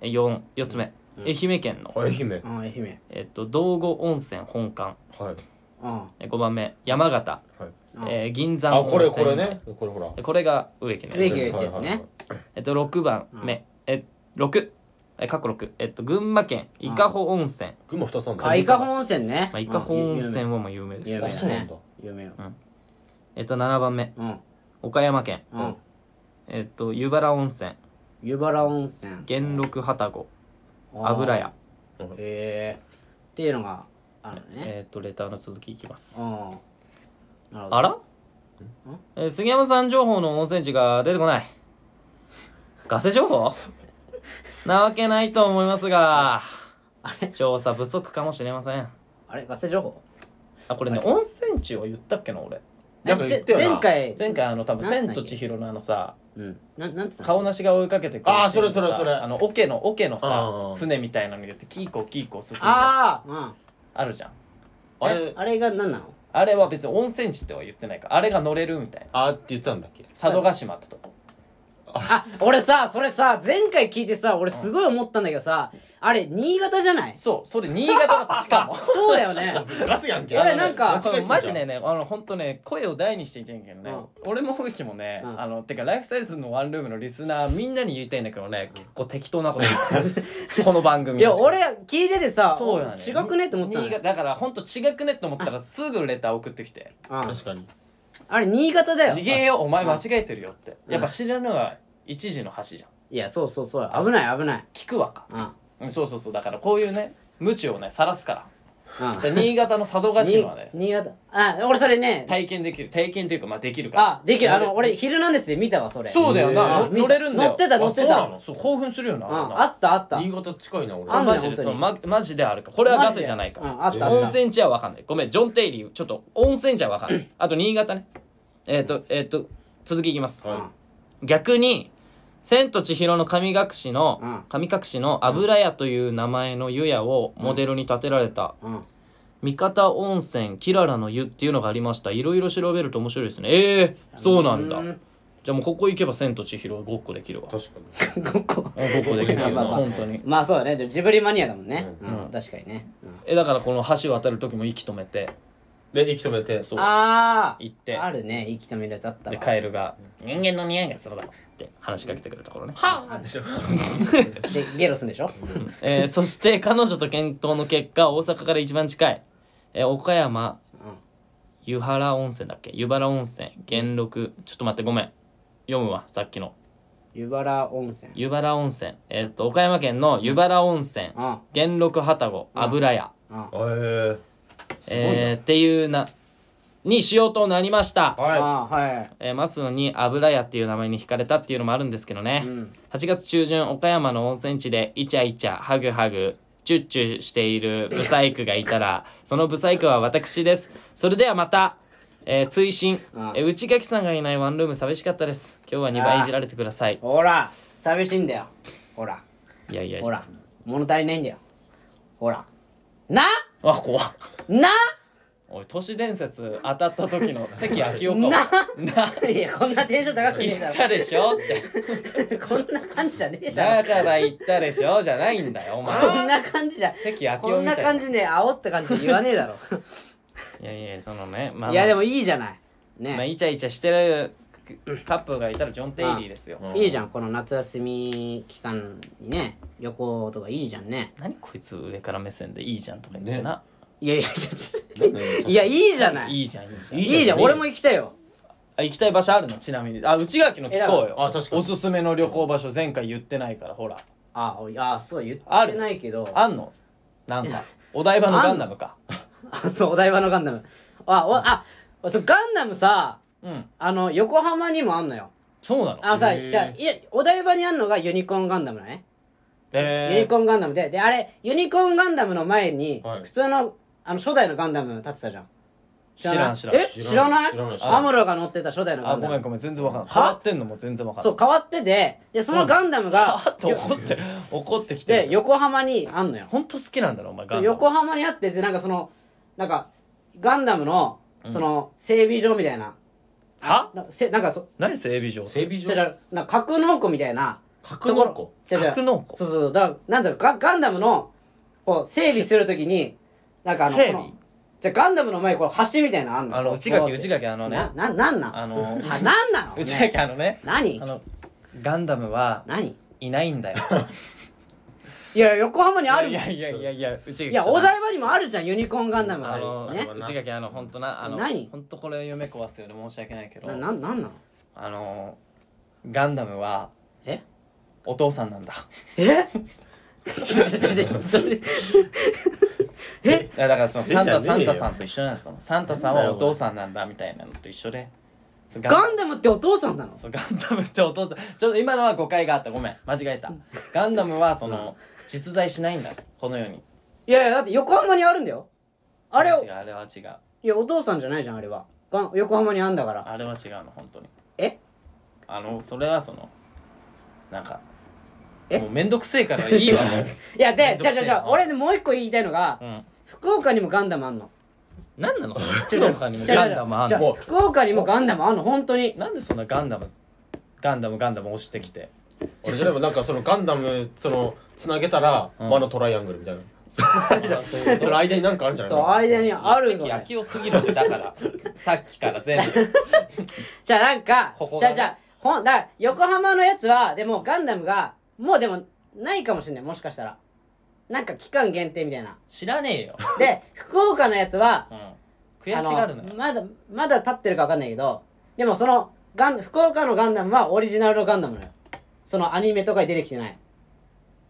え四四つ目愛媛県の愛媛あ愛媛えっと道後温泉本館はいあえ5番目山形はいあえー銀山あ温これ泉これねこれほらえこれが植木の植やつ木ですってやつねえっと6番目え6え過去6えっと群馬県伊香保温泉群馬二つなんだあ伊香保温泉ねまあ伊香保温泉はもう有名です有よ名あそうなんだ有名よえっと7番目うん岡山県うんえっと湯原温泉湯原温泉元禄旅籠あー油屋へえっていうのがあるのねえっとレターの続きいきますうんなるほどあらえー杉山さん情報の温泉地が出てこないガセ情報なわけないと思いますが調査不足かもしれませんあれガセ情報あこれね温泉地を言ったっけな俺なんか言ったよな前回前回あの多分「なんだっけ千と千尋」のあのさうんなんなんつったの顔なしが追いかけてくるあーシーンでさそれそれそれあの桶の桶のうんうさん船みたいなのによってキーコーキーコー進んであああるじゃんうんああれれあれが何なのあれは別に温泉地とは言ってないからあれが乗れるみたいなあーって言ったんだっけ佐渡島ってとこあ俺さそれさ前回聞いてさ俺すごい思ったんだけどさあれ新潟じゃないそうそれ新潟だったしかもそうだよねガスやんけあれなんかこれマジでねあの本当ね声を大にして言ってんけどね、う俺も植木もね、うんあのてかライフサイズのワンルームのリスナーみんなに言いたいんだけどね結構適当なこと言う この番組いや俺聞いててさそうやね違くねって思ったの新よ潟だからほんと違くねって思ったらすぐレター送ってきてうん確かにあれ新潟だ「よちげえよお前間違えてるよ」ってやっぱ知らぬは一時の橋じゃんいやそうそうそう危ない危ない聞くわかうんうんそうそうそうだからこういうね無知をね晒すからうんじゃあ新潟の佐渡島でに新潟あ俺それね体験できる体験というかまあできるからあできるあの俺「昼なんです」で見たわそれそうだよなあの乗れるんだよ乗ってた乗ってあそうなたのそう興奮するよなうあれんなあったあった新潟近いな俺あんのよマジで本当そにのまマジであるかこれはガセじゃないかマジでらうんあったあった温泉地はわかんないごめんジョン・テイリーちょっと温泉地はわかんないあと新潟ねえっとえっと続きいきますは逆に「千と千尋の神隠しの」うん神隠しの油屋という名前の湯屋をモデルに建てられた、うん三方温泉キララの湯っていうのがありましたいろいろ調べると面白いですねええそうなんだうじゃあもうここ行けば「千と千尋」ごっこできるわい確かに5個ごっこできるよ まあなまあ本当にまあそうだねジブリマニアだもんねううん確かにねうんえだからこの橋渡る時も息止めてで息止めてそうあ行っあてあるね息止めるやつあったでわカエルが「人間の匂いがするだろ」って話しかけてくるところねでしょでゲロすんでしょ えーそして彼女と検討の結果大阪から一番近い、えー岡山うん湯原温泉だっけ湯原温泉元禄ちょっと待ってごめん読むわさっきの湯原温泉湯原温泉えーっと岡山県の湯原温泉あ元禄旅籠油屋、あええーっていうなにしようとなりました、えはいあはえーマスのに油屋っていう名前に惹かれたっていうのもあるんですけどね、いうん8月中旬岡山の温泉地でイチャイチャハグハグチュッチュしているブサイクがい たらそのブサイクは私ですそれではまた、えー追伸ああえー内垣さんがいないワンルーム寂しかったです今日は2倍いじられてくださいほら寂しいんだよほらいやいやほら物足りないんだよほらなあ怖っな おい都市伝説当たった時の関明夫かなないやこんなテンション高くね言えだったでしょってろこんな感じじゃねえだろだから言ったでしょじゃないんだよおこん前な感じじゃ関明こ夫んみなたい感なじね煽った感じで言わねえ だろいやいやそのねまあまあいやでもいいじゃないまあ、ねイチャイチャしてるカップルがいたらジョン・テイリーですようんいいじゃんこの夏休み期間にね旅行とかいいじゃんね何こいつ上から目線でいいじゃんとか言ってな、いやいやちょっなんだよといやいいじゃないいいいじゃんいいじゃんいじゃん俺も行きたいよあ行きたい場所あるのちなみにあ内垣の聞こうよえあ確かにおすすめの旅行場所前回言ってないからほらああいやそう言あってるないけどあんのな んかお台場のガンダムかあそうお台場のガンダムあおあそうガンダムさうんあの横浜にもあんのよそうなのあのさへーじゃあいやお台場にあんのがユニコーンガンダムだねユニえコーンガンダムでであれユニコーンガンダムの前にはい普通のあの初代のガンダム立ってたじゃん知らん知らんえ知らない知らない知らないアムロが乗ってた初代のー、ガあンダムごめんごめん全然わかんないは変わってんのも全然わかんなそいう変わっててでそのガンダム があって怒って怒ってきてで横浜にあんのよほんと好きなんだろお前ガンダム横浜にあってでなんかそのなんかガンダムのその整備場みたいな、はなせなんかそ何整備場整備じゃじ場ゃなんか格納庫みたいな格納庫じゃじゃ格納庫そうそうそうだからなんだろうガガンダムのこう整備するときになんかあの整こ備のじゃあガンダムの前にこう橋みたいなのあんのあのこう内垣こう内垣あのねなななんなんあのはなん なの、内ね、垣あのね何あのガンダムは何いないんだよいや横浜にあるいもんやいやいやいや内垣いやちょっとお台場にもあるじゃんユニコーンガンダムがあの、ね内垣あの本当なあの何本当これ夢壊すよね申し訳ないけどなななんなのあのガンダムはえお父さんなんだえちょちょちょちょどれえいやだからそのサンタえじゃサンねえよタさんと一緒なんですよサンタさんはお父さんなんだみたいなのと一緒でそうガガンダムってお父さんなのそうガンダムってお父さんちょっと今のは誤解があったごめん間違えたガンダムはその実在しないんだこの世にいやいやだって横浜にあるんだよあれ違をうあれは違ういやお父さんじゃないじゃんあれはガン横浜にあんだからあれは違うの本当にえあのそれはそのなんかえもうめんどくせえからい いわもういやめでんどじゃくあせじえゃあじゃあうん俺ねもう一個言いたいのが、うん福岡にもガンダムあんのなんなのその福岡にもじゃガあンじゃダあムあんじゃのあ福岡にもガンダムあんの本当になんでそんなガンダムガンダムガンダム押して きて俺じゃないもんなんかそのガンダムそのつなげたらうん輪のトライアングルみたいなあそういうこそとの間になんかあるんじゃないそう間にあるの関ね秋夫すぎるってだからさっきから全部じゃあなんかここじがゃあねじゃあほんだから横浜のやつはでもガンダムがもうでもないかもしれないもしかしたらなんか期間限定みたいな知らねえよ、で福岡のやつはうん、悔しがるのあよまだまだ立ってるか分かんないけどでもそのガン福岡のガンダムはオリジナルのガンダムなのよそのアニメとかに出てきてない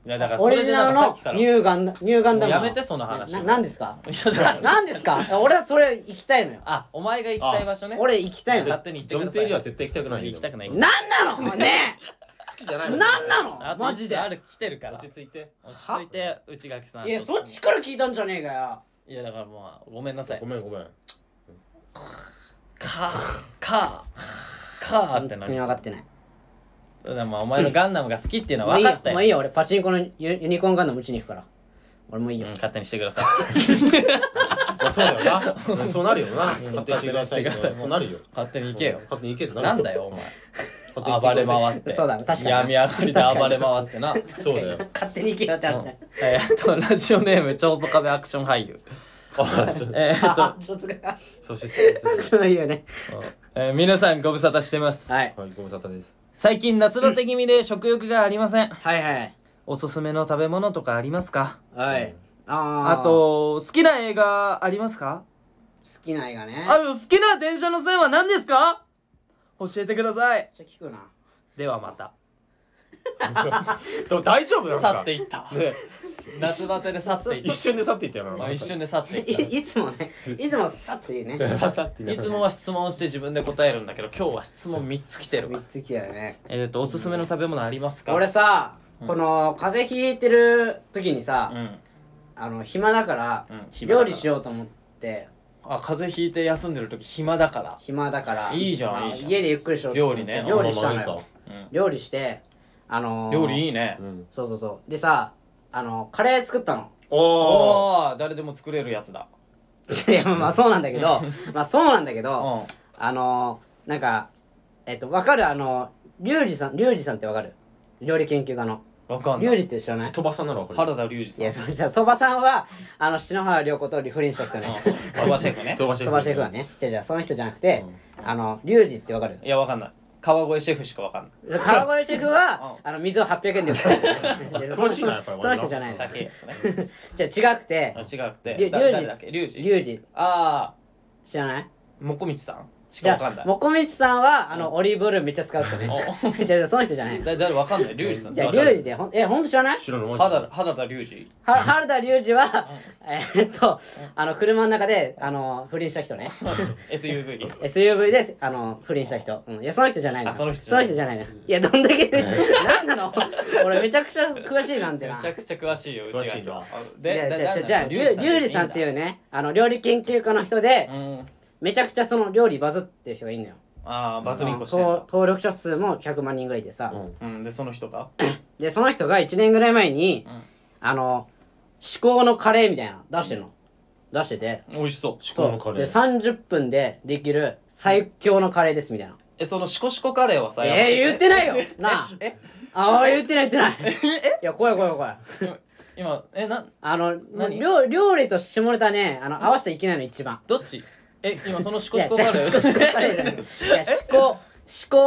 いやだからオそリれジでナなルんかさのっきからニューガンダニューガンダムのもうやめてその話なな何ですかいやだから 何ですか俺はそれ行きたいのよあお前が行きたい場所ね俺行きたいの勝手に行ってジくョだン・さいテイリーは絶対行きたくないよ行きたくない何なのね好きじゃないえもん何なのあとマジである来てるから落落ちち着いて着いて内垣さんいやそっちから聞いたんじゃねえかよいやだからもうごめんなさいごめんごめんかかかっ本て当なにる分かってないだからまあお前のガンダムが好きっていうのもはういい分かよったよもういいよ俺パチンコのユユニコーンガンダム打ちに行くから俺もういいようん、勝手にしてください まあそうだよな うんそうなるよ な勝手にしてくださいよ勝手にしてくださいそうなるよ勝手に行け よ勝手に行けってなるなんだよお前勝手に行暴ってれください回ってそうだね確かに病み上がりで暴れ回ってなそう だよ勝手に行けよって話うんだよえーっとラジオネーム超ぞ壁アクション俳優あそうえーっ とあちょっとそうしてそうしてそういいよね えー皆さんご無沙汰してます、はいはいご無沙汰です最近夏バテ気味で食欲がありませんはいはいおすすめの食べ物とかありますかはいあーあと好きな映画ありますか好きな映画ねあの好きな電車の線は何ですか教えてくださいめっちゃ聞くなではまたでも大丈夫なの去っかていった 夏バテで去っていった一瞬で去っていったよなまあ一瞬で去ってい いったねいつもねいつもさっと言うね ささっていいつもは質問して自分で答えるんだけど今日は質問3つ来てるわ3つ来たよねえっとおすすめの食べ物ありますか俺さこの風邪ひいてる時にさうんあの暇だからうん暇だ料から理しようと思ってあ風邪ひいて休んでる時暇だから暇だからいいじゃんまあいいじゃん家でゆっくりしようと思って料理ね料理したのようん料理してあのー料理いいねうんそうそうそうでさあのカレー作ったの おおおお誰でも作れるやつだいやまあそうなんだけ どまあそうなんだけうどんあのーなんかえっとわかるあのリュウジさんリュウジさんってわかる料理研究家のわかんリュなウいジって知らない飛ばさんなのこれ原田龍二さいんや、そうじゃあ、鳥羽さんは、あの、篠原涼子と不倫した人ね。うん鳥羽シェフね 飛ばし鳥羽シェフはね。じゃあじゃあ、その人じゃなくて、あの、リュウジってわかるいやわかんない川越シェフしかわかんない川越シェフは、あの、水を800円で売っ てる。詳しいなやっぱりその人じゃないです。酒ですねじゃあ違くて、あ違くてりゅだりゅうじ誰だっけリュウジリュウジ、あ知らないあもこみちさんしじかわゃかんなあ、いもこみちさんは、あの、オリーブオイルめっちゃ使う人ね。おじゃあ、その人じゃない。だ誰わかんないリュウジさんじゃあ、リ誰ュウジで、ほん、え、ほんと知らない知らないマジ原田原田リュウジは原田龍二は、えーっと、あの、車の中で、あの、不倫した人ね。 SUV SUV で、あの、不倫した人。うん。いや、その人じゃないの。あその人じそゃなのい人じゃないの。いや、どんだ け、なんなの俺めちゃくちゃ詳しいなんてめな。ちゃくちゃ詳しいようちが詳しいなあいやでだじゃあじだゃあじゃあ、だリュウリュウジさんっていうね、あの、料理研究家の人でう、んめちゃくちゃその料理バズってる人がいるのよ。ああバズりンコしてん登だ登録者数も100万人ぐらいでさ。うんうんでその人がで、その人が1年ぐらい前にうん、あの、至高のカレーみたいなの出してるの。出してて。美味しそう至高のカそうレでー30分でできる最強のカレーですみたいな、えそのシコシコカレーはさえー、や言っってないよなあああ言ってない言ってないいや怖い怖い怖いぱ今えなあの何料料理と下ネタねあの合わせちゃいけないの一番どっちえ今そのシいコやシ違コカう思考カレレーじゃないーいや思考思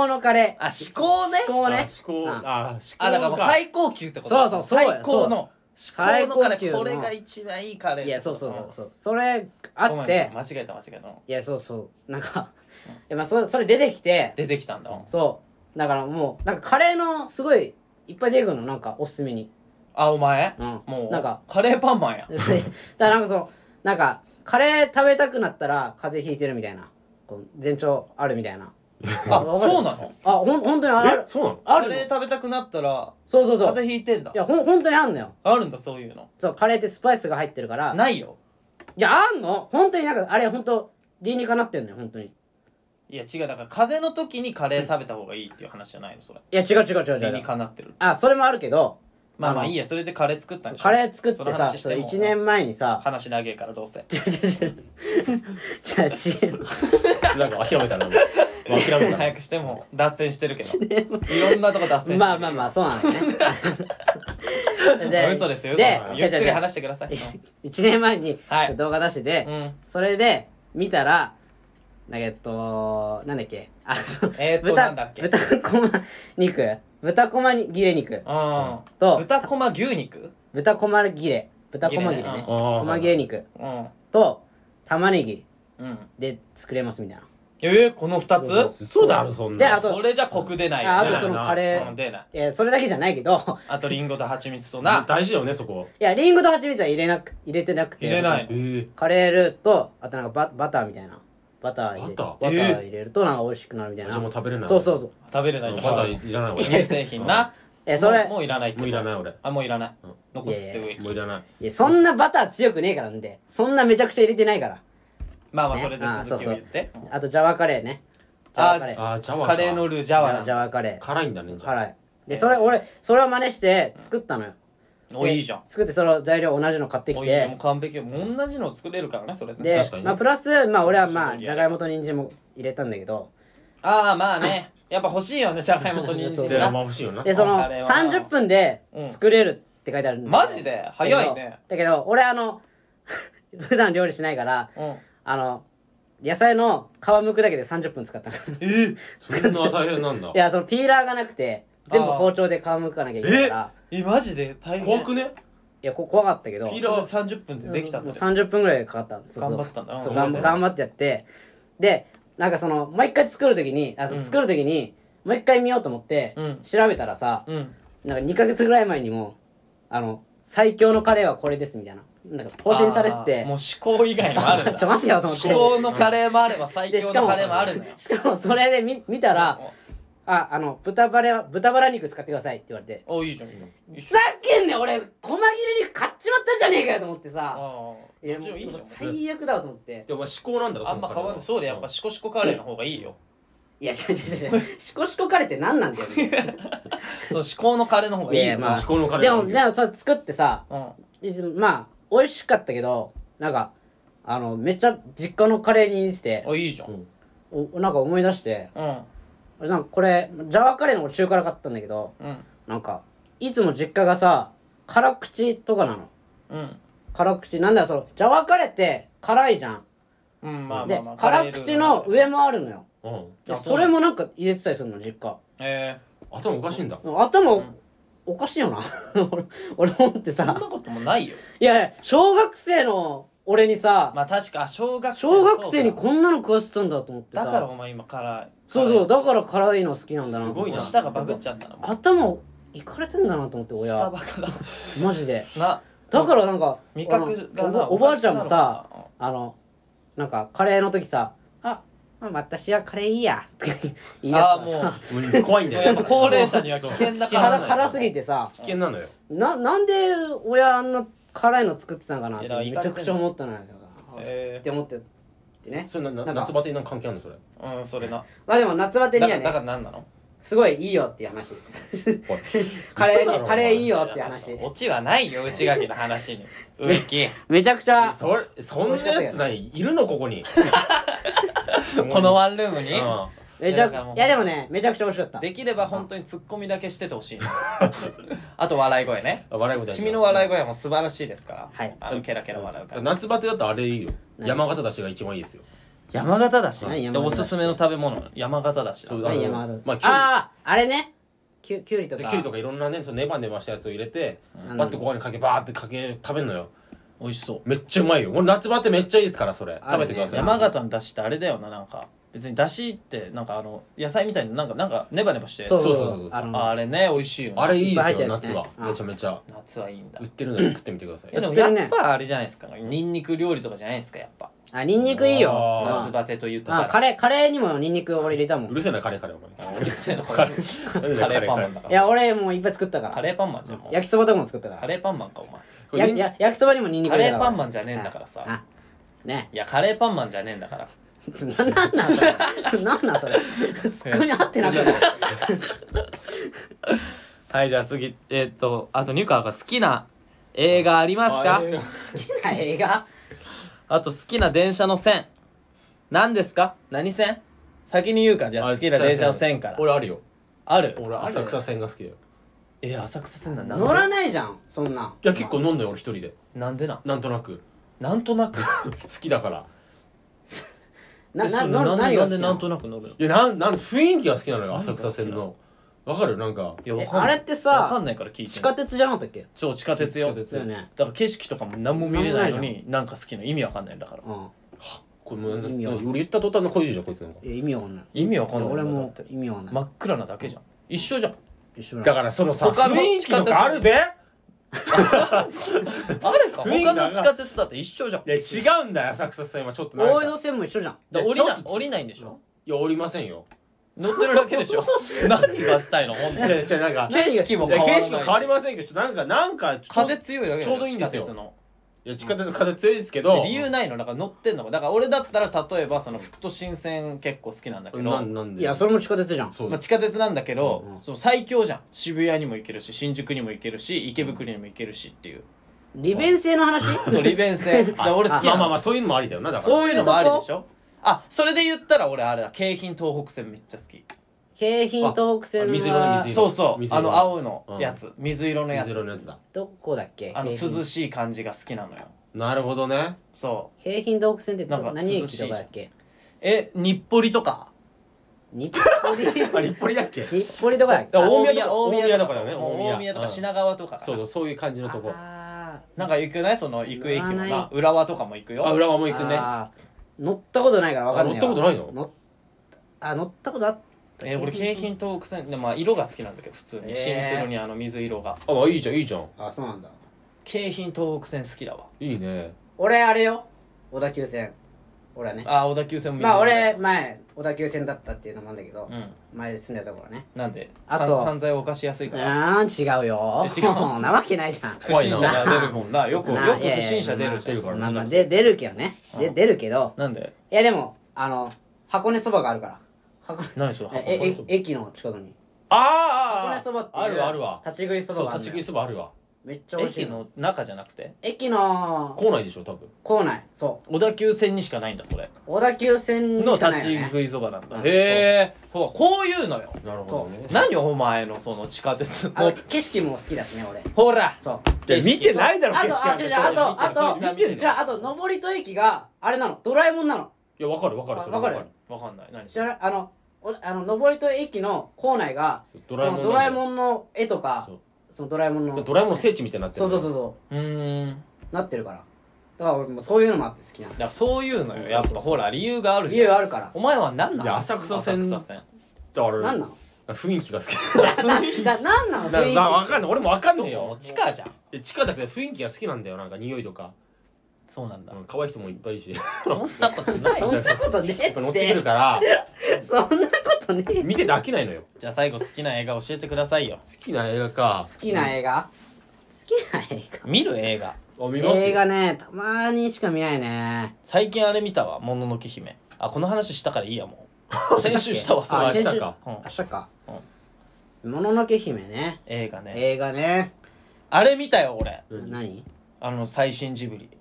考のカレーあ至高ね思考あね至高あ至高あだからもう最高級ってことだそうそうそうよ最高の至高最の高カレ級ーのこれが一番いいカレーいやそうそうそうんそうそれあっごめてん間違えた間違えたいやそうそうなんかいやまあそそれ出てきて出てきたんだそうだからもうなんかカレーのすごいいっぱい出てくるのなんかおすすめにあお前うんもうなんかカレーパンマンや だからなんかそのなんかカレー食べたくなったら風邪ひいてるみたいなこう前兆あるみたいなあわかるそうなのあほん本当にあるえそうなのあカるのレー食べたくなったらそうそうそう風い邪ひいてんだやほん本当にあんのよあるんだそういうのそうカレーってスパイスが入ってるからないよいやあんの本当になんかあれ本当理にかなってんのよ本当にいいや違うだから風邪の時にカレー食べた方がいいっていう話じゃないのそれや違う違う違う理違にうかなってるあそれもあるけどまあまああのいいやそれでカレー作ったんでしょカレー作っそのてさ話してそうも1年前にさ話長えからどうせ違う違う違う違う違うなんか諦めた なもうもう諦めたな早くしても脱線して るけどいろんなとこ脱線してるまあまあまあそうなの ねあ嘘ですよで嘘ですよじゆゃっじゃくじりゃ話してください1年前にはい動画出してて、 うんそれで見たらなんかえっとなんだっけあそうえーっと豚なんだっけ豚こま肉豚こま切れ肉うんと豚こま牛肉豚こま切れ豚こま切れ切れねねうんこま切れ肉うんと玉ねぎうんで作れますみたいなえーこの2そうつ嘘だろそんでなあのとそれじゃコク出ないよああ出とないそのカレうんー、出ないえーそれだけじゃないけど あとリンゴと蜂蜜とな大事だよねそこいやリンゴと蜂蜜は入れなく入れてなくて入れないえーカレールーとあとなんかババターみたいなバター入れバターバタえー入れるとなんか美味しくなるみたいな味も食べれないそうそうそう食べれないバとターいらない俺乳製品な えそれもうもういらないってもういらない俺あもういらないうん残すって上もういらないいやそんなバター強くねえからんでそんなめちゃくちゃ入れてないからまあまあねそれで続きを言ってうんあとジャワカレーねジャあワカレーあージャワかカレーのルージジャャワワジャなワカレ辛いんだねーじゃあ辛いでそれ俺それを真似して作ったのよおいいじゃんで作ってその材料同じの買ってきおいいよもてう完璧よもう同じの作れるからねそれねで確かにねまあプラスまあ俺はまそうあそうじゃがいもと人参も入れたんだけどああま あねやっぱ欲しいよねじゃがいもと人参そうでまなあ欲しいよなでそのカレーは30分で作れるって書いてあるんだけどマジで早いねだけど俺あの 普段料理しないからうんあの野菜の皮むくだけで30分使ったのいえそんな大変なんだやそのピーラーがなくて全部あー包丁で皮むかなきゃいけないからえマジで大変怖くねいやこ怖かったけどピーラー30分でできたんもうだよ30分ぐらいかかったのそうそう頑張ったんだうんそう頑張頑った張頑ね張ってやってでなんかそのもう一回作る時にあそううん作る時に、もう一回見ようと思って、うん調べたらさうんなんか2ヶ月ぐらい前にもあの最強のカレーはこれですみたいななんか更新されてあてーもう思考 以外もあるんちょだ待ってよと思って至高のカレーもあれば最で強しかのもカレーもあるのよしかもそれで見見たらああの豚バラ豚バラ肉使ってくださいって言われておおいいじゃんいいじゃんふざけんね俺細切れ肉買っちまったじゃねえかよと思ってさああいやももちろんいいうじゃん最悪だわと思ってでお前思考なんだろあんま変わんないそうでやっぱシコシコカレーの方がいいよいや違う違う違うシコシコカレーって何 なんだよねその至高のカレーの方がいいいやよまあ思考のカレでーもでもそれ作ってさうんいつまあ美味しかったけどなんかあのめっちゃ実家のカレーに似ててあいいじゃんううんんおなんか思い出してうんなんかこれジャワカレーの俺中辛買ったんだけどうんなんかいつも実家がさ辛口とかなのうん辛口なんだよそのジャワカレーって辛いじゃんまあまあでまあカレー辛ルー口の上もあるのようんでそれもなんか入れてたりするの実家え頭おかしいんだ頭、うんおかしいよな 俺俺思ってー、そん なさこともないよいやいや小学生の俺にさ、まあ確か小学生小学生にそうこんなの食わせたんだと思ってださだからお前今辛いそうそうだらから辛いの好きなんだなすごいな舌がバグっちゃったなもう頭いかれてんだなと思って舌親バカだマジでなだからなんか味覚あがなのおばあちゃんもさおかしくなるもんなあのなんかカレーの時さ「あまあ私はカレーいいや」って言い出すああかもらうさうん怖いんだよやっぱ高齢者には危険だから辛辛すぎてさ危険なのよななんで親あんな辛いの作ってたんかなっていやだからめちゃくちゃ思ったのよえって思っててねそれなななんか夏バテになんか関係あるのそれー、うんそれなまあでも夏バテだにかはらだかねら何なのすごいいいよっていう話 おいカレ嘘だーろにカレーいいおよっていう話オチはないよ内垣の話に植 木めちゃくちゃ前それそんなやつないいるのこ こにこのワンルームに、うんめちゃいやだからもういやでもねめちゃくちゃ美味しかったできれば本当にツッコミだけしててほしい あと笑い声ねあ笑い声大事君の笑い声も素晴らしいですから、はいあのケラケラ笑うから夏バテだとあれいいよ何山形だしが一番いいですよ山形だし何山で形だおしすすめの食べ物山形だしそうはいあの山形まあきゅうりあああれねきゅきゅうりとでかきゅうりとかいろんなねそのネバネバしたやつを入れてうんバッとご飯にかけバーってかけ食べるのよ美味しそうめっちゃうまいよ俺夏バテめっちゃいいですからそれあ食るねべてください山形のだしってあれだよななんか別にだしってなんかあの野菜みたいになんかなんかネバネバしてそうそうそうそそうそううあのああれね美味しいよねあれいいでいすっぱよい入って夏るやはつねめちゃめちゃ夏はいいんだ売ってるので食ってみてくださいいやでも やってるねやっぱあれじゃないですかニンニク料理とかじゃないですかやっぱあニンニクいいよあー夏バテと言ったあらカレーカレーにもニンニク俺入れたもんういるせえなカレーカレーお前うるせえなこれカレカレーーパンパンママンだンだからや俺もういっぱい作ったからカレーパンマンじゃんもう焼きそばとかも作ったかカレーパンマンかお前こられやや焼きそばにもニンニクカ入れレたーからパンマンじゃねえんだからさあねいやカレーパンマンじゃねえんだから なんなんなんそれなんなんそれツッコミ合ってなかったはいじゃあ次えっとあとニュカが好きな映画ありますかあえー好きな映画あと好きな電車の線何ですか何線先に言うかじゃああ好きな電車の線から俺あるよある俺浅草線が好きだよえ浅草線なんだ乗らないじゃんそんなんいや結構飲んだよ俺一人でなんでなんなんとなく なんとなく好きだからなえなそれななん何でなが好んできななんのとなく乗るのいやなんなん雰囲気が好きなのよ何が浅好きなの草線のわかるなんかいやわえかんないあれってわかさんないから聞いて地ん下の鉄じゃなかったっけそう地下鉄よ地下鉄だよねだから景色とかも何も見れないのになんか好きな意味わかんないんだからうんこれもう意味わかんない俺言った途端の恋じゃんこいつなんかいや意味わかんない意味わかんないんだ俺だっもて意味わかんな真いっ暗なだけじゃん一緒じゃん一緒だだからそのさ他の雰囲気とかあるべあれか雰囲気が他の地下鉄だって一緒じゃんいや違うんだよ浅草線はちょっとなん大江か戸線も一緒じゃんだいや降りなちょっと降りないんでしょいやおりませんよ乗ってるだけでし ょ何がしたいの本当いにやじゃなんか景色もい変やわらない景色も変わりませんけどちょっとなんかなんかちょ風強いだけだちょうどいいんですよ地下鉄のいや地下鉄の風強いですけど理由ないのだから乗ってんのかだから俺だったら例えばその福都新線結構好きなんだけどなんなんでいやそれも地下鉄じゃんそうまあ、地下鉄なんだけど、うんうんその最強じゃん渋谷にも行けるし新宿にも行けるし池袋にも行けるしっていう利便性の話 そう利便 性だから俺好きまなあまあのまあそういうのもありだよなだからそういうのもありでしょあそれで言ったら俺あれだ京浜東北線めっちゃ好き京浜東北あ線水色のは水色そうそう水あ色の青のやつ、水色のや水つ色のやつだどこだっけあの京浜涼しい感じが好きなのよなるほどねそ京浜東北線ってどなんか何駅とかだっけうえ日暮里とか日暮 里あ日暮里だっけ日暮里とかだっけあ大宮とか大宮とか大宮だからねそう大宮大宮とかうん品川とかかなそうそうそういう感じのとこあなんか行くねその行く駅も言わなない浦和とかも行くよあ浦和もー行くねあー乗ったことないから分かんないわあ乗ったことないの乗っあ乗ったことあったえー俺京浜東北線でまあ色が好きなんだけど普通にえーシンプルにあの水色があまあいいじゃんいいじゃんあそうなんだ京浜東北線好きだわいいね俺あれよ小田急線俺はねあー小田急線も水まあ色だ俺前小田急線だったっていうのもあるんだけど、うん前住んでたところねなんであとは犯罪を犯しやすいうからーん違うよ え違うなわけない じゃん不審者怖いがな出るもん なよくよなくいやい不や審者出まるあじゃんるからねまあまあで出るけどねでうん出るけどなんでいやでもあの箱根そばがあるから箱何それえええ駅の近くに箱あーあーあー根そばっていうあるわあるわ立ち食いそばそうがあ立るのち食いよそばあるわめっちゃ美味しい駅のの中じゃなくて駅の校内でしょ多分構内そ小田急線にしかないんだそれう小田急線にのしかな立いちよね食いそばなんだうんへえこういうのよなるほどね何お前のその地下鉄あのの景色も好きだしね俺ほらそういや見てないだろあ景と色あ違う違うあとあ見てんのとじゃああと登戸駅があれなのドラえもんなのいやわかるわかるそれあわかるわかるわかんない何知らないあのおあの登戸駅の構内がそうそドラえもんのなんだよドラえもんの絵とかそうそのドラえもんのドラえもんの聖地みたいになってそるうそうそううそううーんうなってるからだから俺もうそういうのもあって好きなのだからそういうのよやっぱほら理由があるじ理ゃん由あるからお前は何なのいや浅草線浅草線俺なんなの雰囲 気が好きななんなのな雰囲な気わかんない俺もわかんどないうよ地下じゃんえ地下だけど雰囲気が好きなんだよなんか匂いとか、そうなんだうん、可愛い人もいっぱいいるしやそんな ことないそんなことねえっぱ乗っってくるてからそんなことねえ見てて飽きないのよじゃあ最後好きな映画教えてくださいよ好きな映画か好きな映画好きな映見る映画あ見ま画すよ映画ねたまーにしか見ないね最近あれ見たわもののけ姫あこの話したからいいやもう先週したわそあの明話日先週かうん明日かもののけ姫ね映画ね映画ねあれ見たよ俺うん何あの最新ジブリえ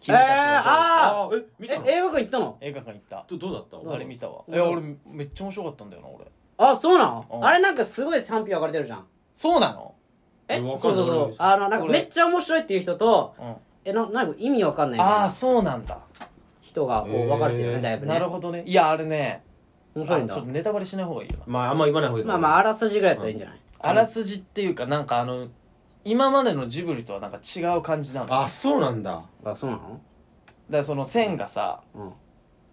君ーたちの動ああえ見ーたえの映画館行ったの画映画館行ったどどうだったあれ見たわうんえ俺めっちゃ面白かったんだよな俺あそうなうのんあれなんかすごい賛否分かれてるじゃんそうなのえわかそうんなそいう俺そうもあのなんか俺めっちゃ面白いっていう人とうんえななんか意味わかんないみたいあなあそうなんだ人がこう分かれてるよへねーだいぶなねるほどねいやあれね面あ白いんのちょだっとネタバレしない方がいいよなまああんま言わない方がいいまあまああらすじぐらいだったらいいんじゃないあらすじっていうかなんかあの今までのジブリとはなんか違う感じなのだかあそうなんだあそうなのらその線がさうん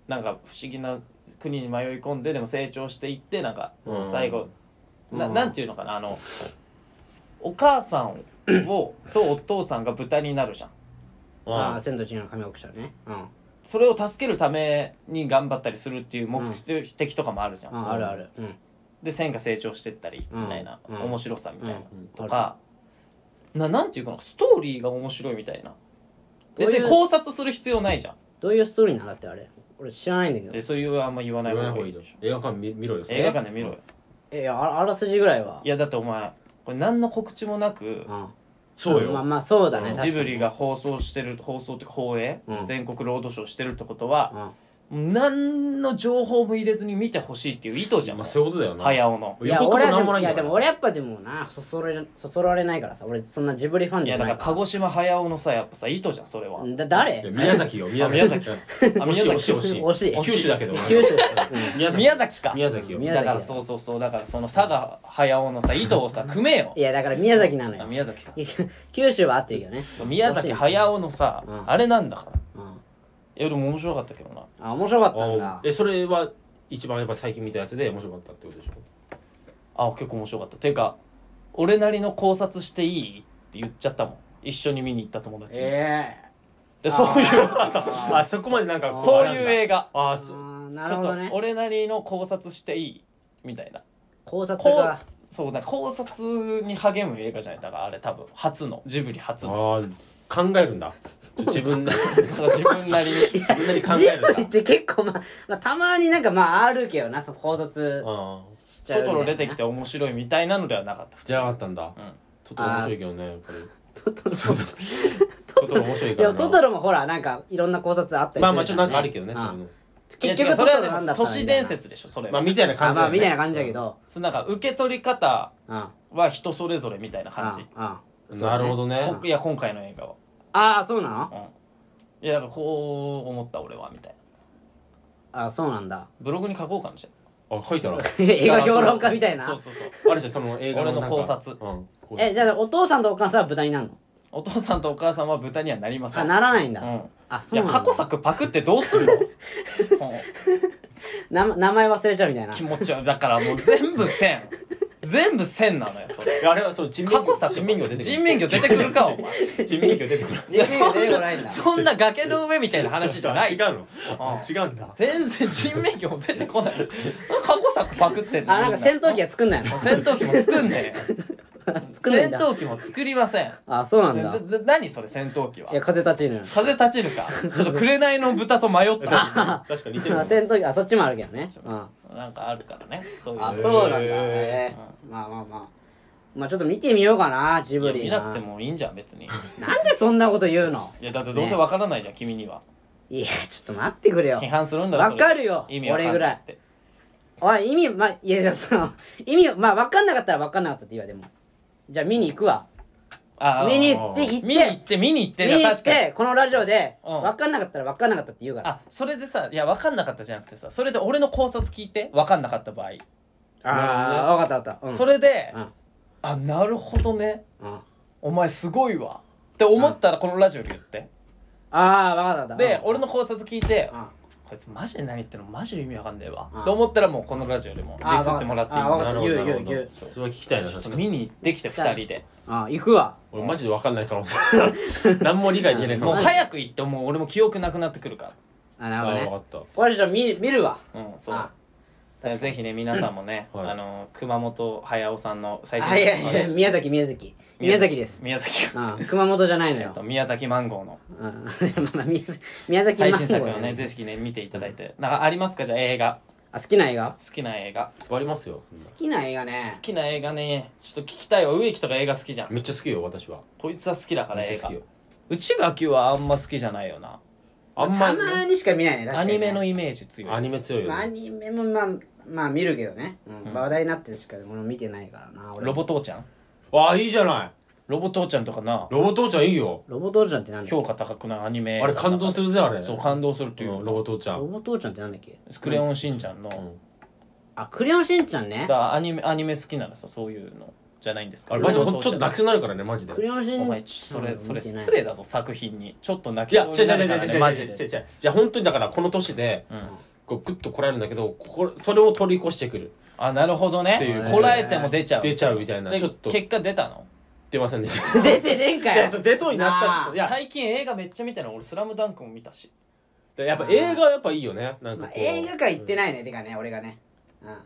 なんか不思議な国に迷い込んででも成長していってなんかうん最後なうんなんていうのかなあのお母さん をとお父さんが豚になるじゃんあああ千と千尋の神隠しだねうんそれを助けるために頑張ったりするっていう目的とかもあるじゃん、ああるあるうんで線が成長してったりみたいな、うんうん面白さみたいな、うんとか、ななんていうかなストーリーが面白いみたいなどういう別に考察する必要ないじゃんどういうストーリーなのだってあれ俺知らないんだけどえそういうあんま言わない言わない方がい方がいいいででししょょ映画館見見ろよそれ映画館で見ろよえいやあらあらすじぐらいはいやだってお前これ何の告知もなくうんそうまあよまあそうだねうん確かジにブリが放送してる放送っていうか放映、うん全国ロードショーしてるってことは、うん何の情報も入れずに見てほしいっていう意図じゃん、まあそういうことだよな早尾のいや予告俺もはで何ももないいんやだでかもら俺やっぱでもなそそれそそられないからさ俺そんなジブリファンいじやゃだなからい鹿か児島早尾のさやっぱさ意図じゃんそれは、らだ誰いや宮崎よ宮崎あ宮崎うんあ惜しい惜しい惜しい惜しい九州だけど九州うん宮宮崎崎か宮崎よ宮だからそうそうそうだからその佐賀早尾のさ井戸をさ組めよいやだから宮崎なのあよ宮崎かいや九州は合ってるけどねそう宮崎い、早尾のさ、うんあれなんだからいうんやでも面白かったけどなあ面白かったんあだえそれは一番やっぱ最近見たやつで面白かったってことでしょあ結構面白かったていうか俺なりの考察していいって言っちゃったもん一緒に見に行った友達に、えでそういうあ あそこまでなんか そういう映画画ああそーなるほどちょっねと俺なりの考察していいみたいな考察こがうそうなんか考察に励む映画じゃないだからあれ多分初のジブリ初のあー考えるんだちょ自分な 自そう自分なりに分なりに考ジえるブリっんだて結構まあ、まあ、たまになんかまああるけどなその考察あーしちゃうみたトトいなロ出てきて面白いみたいなのではなかった普じゃなかったんだうんちょっと面白いけどねやっぱりトトロそうそうトトロ面白いいかやらトトなロもほらなんかいろんな考察あったりするまあまあちょっとなんかあるけどねじゃそんういうのいや結違う局そトれトはでロなんもだった都のみたい市な伝説でしょそれまあは、みたいなあ感じだまあよねみたいな感じだけどそうなんか受け取り方うんうんは人それぞれみたいな感じうんなるほどねこいや今回の映画はああそうなのいやだからこう思った俺はみたいなあそうなんだブログに書こうかもしれあ書い たら映画評論家みたいないそなうそうそうあれじゃんその映画なんか俺の考察うん考察えじゃあお父さんとお母さんは豚になるのお父さんとお母さんは豚にはなりませあんならないんうだんあいそうやなんだ過去作パクってどうす んのうんな名前忘れちゃうみたいな気持ち悪いだからもう全部線全部線なのよそれいやあれはそう人過民去魚作人民魚出人てくる民魚出てくるかお前人民魚出てくるいやそん人民魚出てこないんなだそんな崖の上みたいな話じゃない違うのう違う んだ全然人命魚も出てこないし過去作パクってんのあなんか戦闘機やは作んないの戦闘機も作んね作えんない戦んだ闘機も作りませんあそうなんだなな何それ戦闘機はいや風立ちぬ風立ちるかちょっと紅の豚と迷った確かに似てるもあ ん戦闘機あそっちもあるけどねうんなんかあるからねそういうあのそうなんだへえーまあまあまあまあちょっと見てみようかなジブいやリ見なくてもいいんじゃん別になんでそんなこと言うのいやだってどうせわからないじゃん君にはいやちょっと待ってくれよ批判するんだろそれわかるよ意味わかんないっておい意味まあいやじゃあその意味まあ分かんなかったら分かんなかったって言うわでもじゃあ見に行くわあー見に行って行って見に行って見に行ってじゃ見にあ行っ確かにてこのラジオでうん分かんなかったら分かんなかったって言うからあそれでさいや分かんなかったじゃなくてさそれで俺の考察聞いて分かんなかった場合、ああ分かった分かった、うん、それで、うんあなるほどねうんお前すごいわって思ったらこのラジオで言って、ああ分かった分かったでうん俺の考察聞いて、うんこいつマジで何言ってるのマジで意味わかんねえわ、うんって思ったらもうこのラジオでもデあィスってもらっていいんあわだかなっるたほど言なう言るう言ほどうそれは聞きたいちなょっ確とかに見に行ってきて2人であ行くわ俺マジで分かんないから 何も理解できないかもうも早く行ってもう俺も記憶なくなってくるかあなあるほど分かねったこれちょっと見見るわらうんそうあだからぜひね皆さんもね、はいあの熊本駿さんの最新あいやいや宮崎宮崎宮崎です宮崎うん熊本じゃないのえっよと宮崎マンゴーのうん まあまあ宮崎宮崎マン最ゴー新作をだねよぜひね見ていただいてなんかありますかじゃあ映画あ好きな映画好きな映画いっぱいありますよ好きな映画ね好きな映画ねちょっと聞きたいわ植木とか映画好きじゃんめっちゃ好きよ私はこいつは好きだからめ映っちゃ画好きよ内垣はあんま好きじゃないよなあんたままにしか見ないね確アかにねニメのイメージ強いアニメ強いまあよアねニメもまあまあ見るけどね、うんうん話題になってるしか俺も見てないからな俺ロボ父ちゃんああいいじゃないロボ父ちゃんとかなロボ父ちゃんいいよロボ父ちゃんってなんだっけ評価高くないアニメあれ感動するぜあれそう感動するっていううんロボ父ちゃロんボ父ちゃんってなんだっけクレヨンしんちゃんの、んあクレヨンしんちゃんねだからアニメアニメ好きならさそういうのじゃないんですかあれマジでほんロボちょ父っちゃんと泣きそうになるからねマジでクレヨンしんお前それそれ失礼だぞ作品にちょっと泣いきや、そう違うにな違うるから違う違うね違うマジで違う違うじゃあ本当にだからこの年で、うんこうグッとこらえるんだけどここそれを取り越してくるあなるほどねっていうこらえても出ちゃう出ちゃうみたいなでちょっと結果出たの出ませんでした出てねんか いやよそう出そうになったんですよいや最近映画めっちゃ見たの俺「スラムダンクも見たしでやっぱ映画はやっぱいいよねなんかまあこう、映画館行ってないね、てかね俺がね、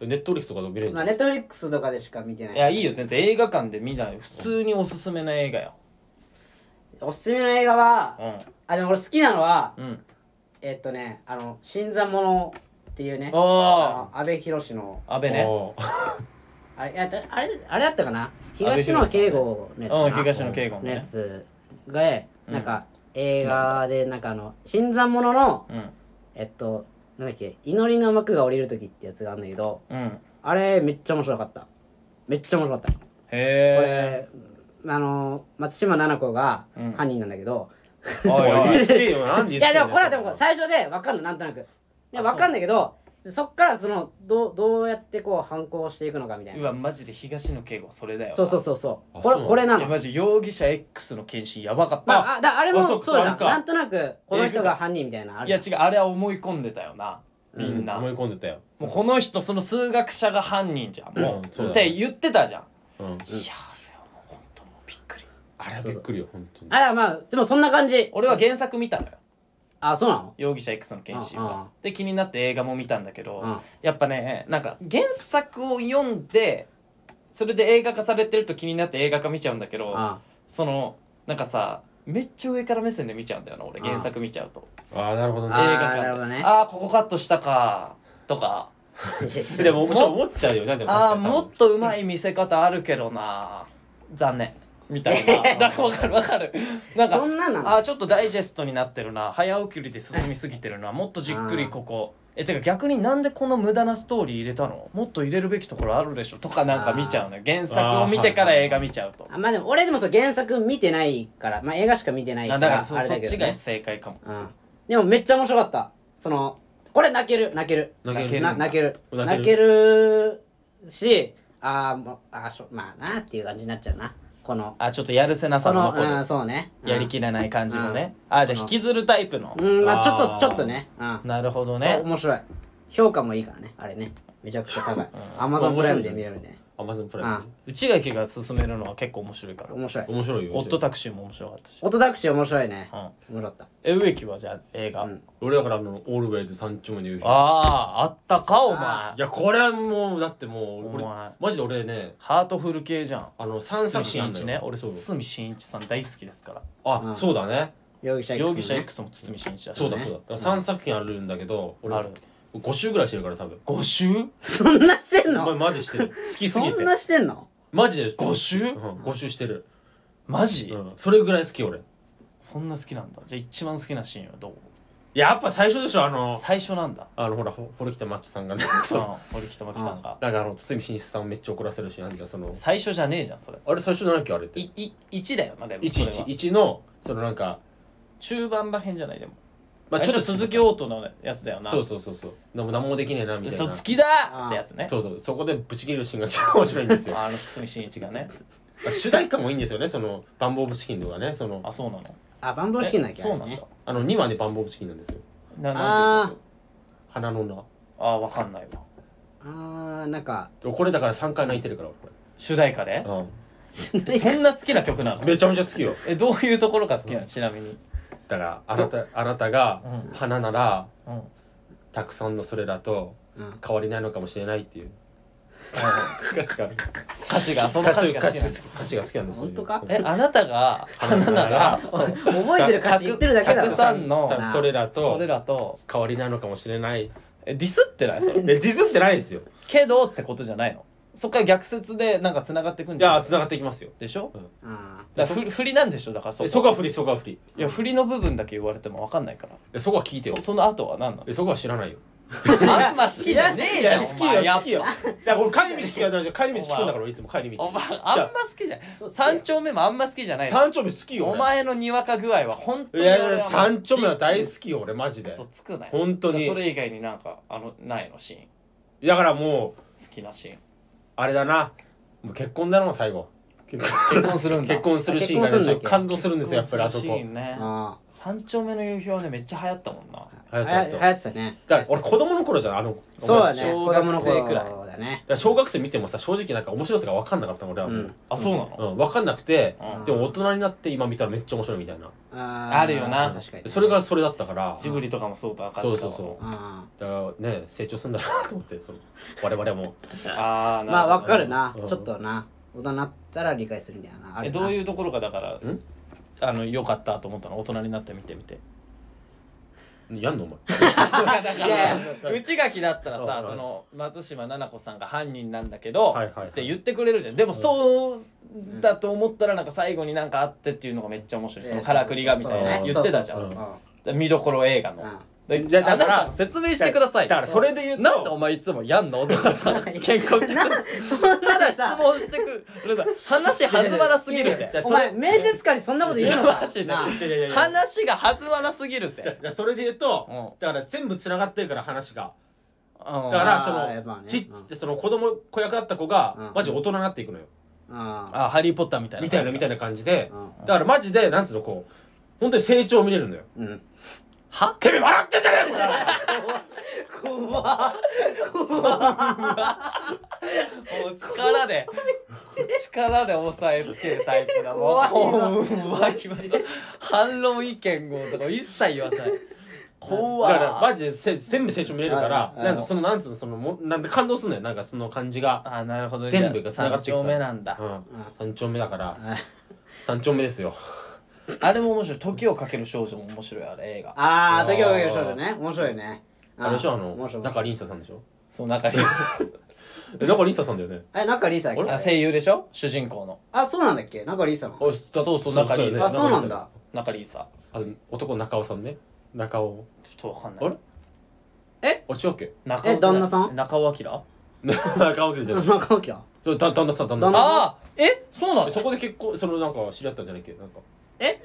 ネットフリックスとかでも見れうるん、んまあだネットフリックスとかでしか見てないいやいいよ全然映画館で見ない普通におすすめの映画よおすすめの映画はうあでも俺好きなのはんうんえっとねあの「新参者」っていうねああの阿部寛のあ阿部ねあれいやだあれあれだったかな安倍東晋野圭三ね吾のやつかなうん東野圭吾ののやねつがうんなんか映画でなんかあの新参者のうんえっとなんだっけ祈りの幕が降りる時ってやつがあるんだけどうんへあれめっちゃ面白かっためっちゃ面白かったこえれあの松島菜々子がうん犯人なんだけどおいおいお言いってよなんで言ってんいやだよでもこれはでも最初で分かるのなんとなくであ分かんだけどそっからそのどうどうやってこう反抗していくのかみたいうなわマジで東野圭吾それだよそうそうそうそうあこそれうこれないのやマジ容疑者 X の検診やばかったまあ、あだあれもあそそううじゃんかあれかなんとなくこの人が犯人みたいなのあるいじゃんや違うあれは思い込んでたよなみんな思い込んでたよもうこの人その数学者が犯人じゃんもうんう、そうだって言ってたじゃん、うんいやあれはもう本当もうびっくりあれはびっくりよ本当にあまあでもそんな感じ俺は原作見たのよあそうなの容疑者 X の検診うんうんはで気になって映画も見たんだけど、うんやっぱねなんか原作を読んでそれで映画化されてると気になって映画化見ちゃうんだけど、あそのなんかさめっちゃ上から目線で見ちゃうんだよな俺うん原作見ちゃうと、ああなるほどあ映ねー画館なるほどねああここカットしたかとか でももちろん思っちゃうよねでもああ確かにもっとうまい見せ方あるけどな残念みたいななんかわかるわかるなんそかんななのあーちょっとダイジェストになってるな早送りで進みすぎてるなもっとじっくりここえてか逆になんでこの無駄なストーリー入れたのもっと入れるべきところあるでしょとかなんか見ちゃうのよ原作を見てから映画見ちゃうとあまあでも俺でもそう原作見てないからまあ映画しか見てないかあだかららそあれそだっけど、ちがね、正解かもうんでもめっちゃ面白かったそのこれ泣ける泣ける泣けるな泣ける泣ける泣けるしあーもうあーしょまあなっていう感じになっちゃうなこのあちょっとやるせなそさもの残うんるそうねうんやりきれない感じもねあじゃあ引きずるタイプのうんまあちょっあとーちょっとねうんなるほどあね面白い評価もいいからねあれねめちゃく ちゃ高いアマゾンプライムで見れるねアマゾンプライあム内垣が進めるのは結構面白いから面白い面白いよオットタクシーも面白かったし、オトタクシー面白いねうん、面白かったえ植木はじゃあ映画、うん俺だからあのオールウェイズ三丁目の夕日あああったかお前あいやこれはもうだってもう俺お前マジで俺ねハートフル系じゃんあの三堤作真品一ね俺そう堤真一さん大好きですからうあんそうだね容疑者 X 容疑者ね X も堤真一だしそうだねそうだ3作品あるんだけどあ俺る5週ぐらいしてるから多分5週そんなしてんお前のマジしてる好きすそぎてんなしてんのマジで5週うん5週してるマジ、うんそれぐらい好き俺いそんな好きなんだじゃあ一番好きなシーンはどうやっぱ最初でしょあの最初なんだあのほらほ堀北真希さんがねそそうの堀北真希さんがなんかあの堤真一さんをめっちゃ怒らせるしなんかその最初じゃねえじゃんそれあれ最初なんだっけあれっていい1だよなでもそれは111のそのなんか中盤らへんじゃないでもまあちょっと鈴木オートのやつだよなそうそうそうそうでも何もできねえなみたい嘘なつきだーってやつねそうそうそこでブチ切れるシーンが超面白いんですよあの堤真一がね主題歌もいいんですよねそのバンボーブチキンとかねそのあそうなのあ、バンボーチキンだっけえそうなんだねあの2はねバンボーブチキンなんですよななんてあいうの花の女ああわかんないわー、あー、なんか、これだから3回泣いてるから主題歌 で俺、えそんな好きな曲なうん、のめちゃめちゃ好きよえどういうところが好きなのちなみにだからあなたあなたがうん花ならうんたくさんのそれらとうん変わりないのかもしれないっていう歌詞がある歌詞がその歌歌詞詞が歌好きなの詞歌詞が好きなんです本当か えあなたが花なら覚えてる歌詞言ってるだけだたろく。さんの多分それらとそれらと変わりないのかもしれないえディスってないそえれディスってないですよけどってことじゃないのそっから逆説でなんかつながってくんいじゃやない繋がっていきますよでしょあだからふ振りなんでしょだからそえこそこは振りそこは振りいや振りの部分だけ言われてもわかんないからえそこは聞いてよそその後は何なのえそこは知ら ないよあんま好きじゃねえいじゃやん好おき前よや好きよだから俺帰り道聞くから帰り道聞くんだから俺いつも帰り道お前あんま好きじゃない三丁目もあんま好きじゃないの三丁目好きよお俺前のにわか具合は本当いにや俺いやは三丁目は大好きよ俺マジで嘘つくなよ本当にそれ以外になんかあのないのシーン好だからもうきなシーンあれだなもう結婚だろ最後結婚するんだ結婚するシーンがね結婚するんちょだっっけと感動するんですよやっぱりあそシーこンねーあ三丁目の夕日はねめっちゃ流行ったもんなー。流行った流行ったはやってたね。だから俺子供の頃じゃんあのそうだね。子小学供の生くらい頃だね。だから小学生見てもさ正直なんか面白さが分かんなかったの俺はう。もうんあそうなの、うん分かんなくてうんでも大人になって今見たらめっちゃ面白いみたいなあーあるよな確かに。それがそれだったからジブリとかもそうだそうそうそうあだからね成長するんだなと思ってその我々もうああーまあ、わかるなう。んちょっとな。大人になったら理解するんだよな。あえるなどういうところがだからんあの良かったと思ったの大人になって見てみ てやんのお前だからいやい 内垣だったらはいはさいその松島菜々子さんが犯人なんだけど、はいはいはいって言ってくれるじゃんでもそうだと思ったらなんか最後になんかあってっていうのがめっちゃ面白い、えーそのからくりがみたいなそうそうそう言ってたじゃんううんんで見どころ映画の、でいやあだなかたらも説明してくださいだからそれで言うとなんでお前いつもやんのお父 さん健康ってただ質問してくるだ話弾まなすぎるってじゃあおそ前、れ面接官にそんなこと言うのかマジでなあいやいやいや話が弾まなすぎるってだからそれで言うと、うんだから全部つながってるから話がうんだからあーそやっぱの、ねちっうんちその子供子役だった子が、うんマジ大人になっていくのよ、ああハリー・ポッターみたいなみたいなみたいなな感じでー、うんだからマジでなんつうのこう本当に成長を見れるのようん。はてめえ笑ってんじゃねえよこら怖っもう力で力で押さえつけるタイプだもん怖いわもううわきました反論意見をとか一切言わせない怖だからいマジでせ全部成長見れるからうんなんつうそのなんつうのそのもなんて感動すんのよなんかその感じが、あなるほどね全部が繋がってい三く丁目なんだうん、三丁目だからあ三丁目ですよあれも面白い時をかける少女も面白いあれ映画あー、時をかける少女ね。面白いね。あれでしょあ面の白い中凛沙さんでしょその中にえ中凛沙さんだよねえ、中リーサだっけあ声優でしょ主人公のあ、そうなんだっけ中リーサの。あだそうそう中凛沙だよあ、ねそうなんだ。中里さあの男の中尾さんね中尾ちょっとわかんなあいれあ違うっけ中尾え旦那さん中尾明中尾家じゃない中尾家はちょだ旦那さん旦那さんああえそうなのそこで結婚そのなんか知り合ったんじゃないっけなんかえ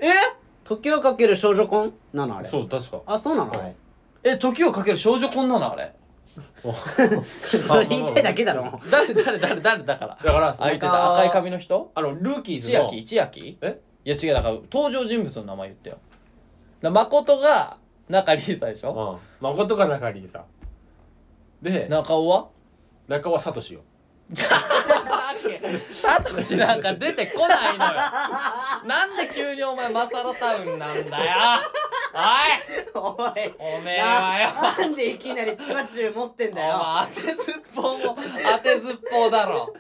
時をかける少女婚なのあれ。そう確かあ、そうなのあれ。ええ時をかける少女こんなのあれ それ言いたいだけだろ。誰誰誰誰だからだからあ言ってなたんか赤い髪の人あのルーキーズ千の秋千秋えいや違うだから登場人物の名前言ってよだ誠が中里さでしょうん誠が中里さんで中尾は中尾聡よサトシなんか出てこないのよ なんで急にお前マサラタウンなんだよおい。おいおめえはよなんでいきなりピカチュウ持ってんおだよ。前当てずっぽうも当てずっぽうだろ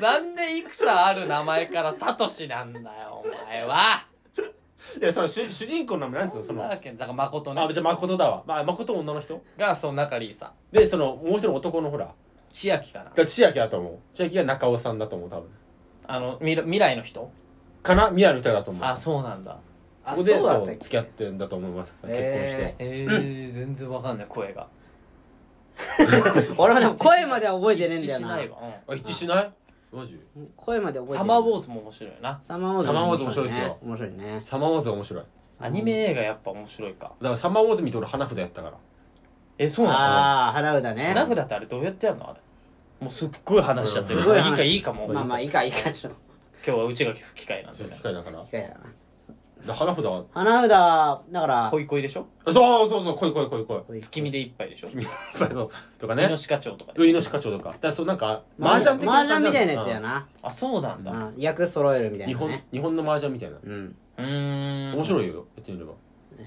なんでいくつかある名前からサトシなんだよお前はでその主主人公の名前なんつうのそなのんだっけだから誠ねあじゃあ誠だわまあ誠女の人がその中リーさんでそのもう一人男のほら千秋かなだ千秋だと思う千秋が中尾さんだと思う多分あの未来未来の人かな未来の人だと思うあそうなんだあここでそうだそったっうけ付き合ってんだと思います結婚して、ええー、全然わかんない声が 俺もでも声までは覚えてねえん一致だしよなないわ、あ一致しないマジうん声までうん覚えてサないマーウォーズも面白いよなサマーウォーズサマーウォーズ面白いっすよ面白いねサマーウォーズは面白いだアニメ映画やっぱ面白いかからサマーウォーズ見て俺花札やったからえそうなああ払うだねの名札ってあれどうやってやるのあれもうすっごい話しちゃってるうんいすごい話いかいいかもうまあまあいいかいいかちょっと今日はうちが聞く機会なんそでういうね機会だから機会だなで花札は花札だから恋恋でしょあそうそうそう来い来い来い来い月見で一杯でしょそうとかイノねシカ町とかでしょウイノシカチョウとかだからそうなんか麻雀的マなージャ感ンみじたいなやつやなあそうなんだうん役揃えるみた日いな本ね日本の麻雀みたいなうんうーん面白いよやってみれば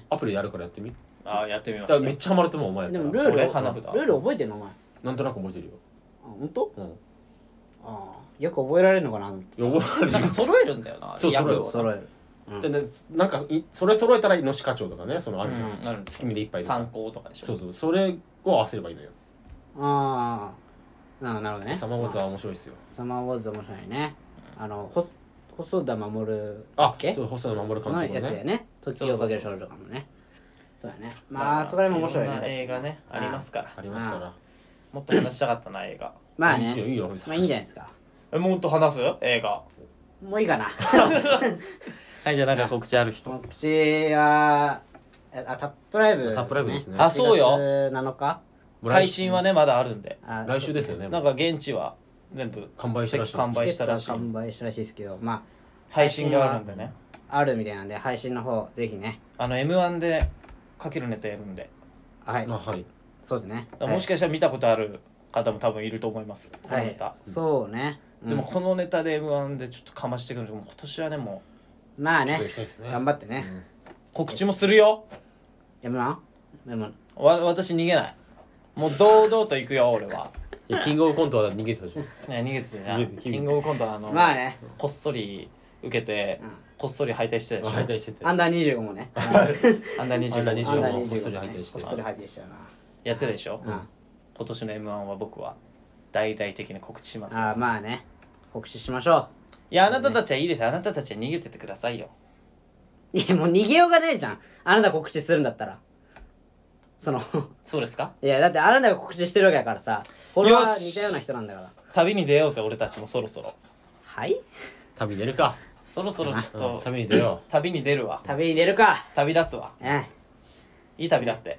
アプリやるからやってみあやってみまだすからめっちゃハマると思うお前やったでらもルール俺ル花札ール覚えてんのお前あなんとなく覚えてるよ本当うんああよく覚えられるのかなと思っていや覚えられるなんか揃えるんだよなそう役揃えるを揃えるうんでねなんかいそれ揃えたらイノシカチョウとかねそのあるじゃうんあるん月見でいっぱいとか参考とかでしょそうそうそれを合わせればいいのよああなるほどねサマーウォーズは面白いですよサマーウォーズ面白いねあのほ細田守るあけそう細野守監のや督つのやねね時をかける少女かもねそうやねまあそこら辺も面白いろんな映ね画ねうんありますからありますからもっと話したかったな映画まあいいよねいいよまあいいんじゃないですかえもっと話す映画もういいかなはいじゃあなんか告知ある人告知はえあタップライブタップライブですねあそうよ7日もう来配信はねまだあるんであ来週ですよねなんか現地は全部完売したらしいです完売チしたケットらはしい完売したらしいですけどま配信があるんでねああるみたいなんで配信の方ぜひねあの m 1でかけるネタやるんではいあはいそうですねもしかしたら見たことある方も多分いると思いますこのはネいタそうねうんでもこのネタで m 1でちょっとかましてくるんでもう今年はねもまあちょっとね行きたいですね頑張ってねう告知もするよやめなでもわ私逃げないもう堂々と行く よ俺は、いやキングオブコントは逃げてたでし ょね、逃げてたじゃ逃げんてキングオブコントはあの、まあねこっそり受けて、うんこっそり敗退してたでしょ敗退しててアンダー25もねアンダーアンダー25 25ももこっそり入ってしてこっそり入ってしたなやってたでしょ、うん今年の m 1は僕は大々的に告知しますああまあね告知しましょいやあなたたちはいいですよあなたたちは逃げててくださいよういやもう逃げようがないじゃんあなた告知するんだったらその そうですかいやだってあなたが告知してるわけだからさフォロワー似たような人なんだから旅に出ようぜ俺たちもそろそろはい旅出るかそろそろちょっうんと旅に出よ旅に出るわ旅に出るか旅立つわええいい旅だって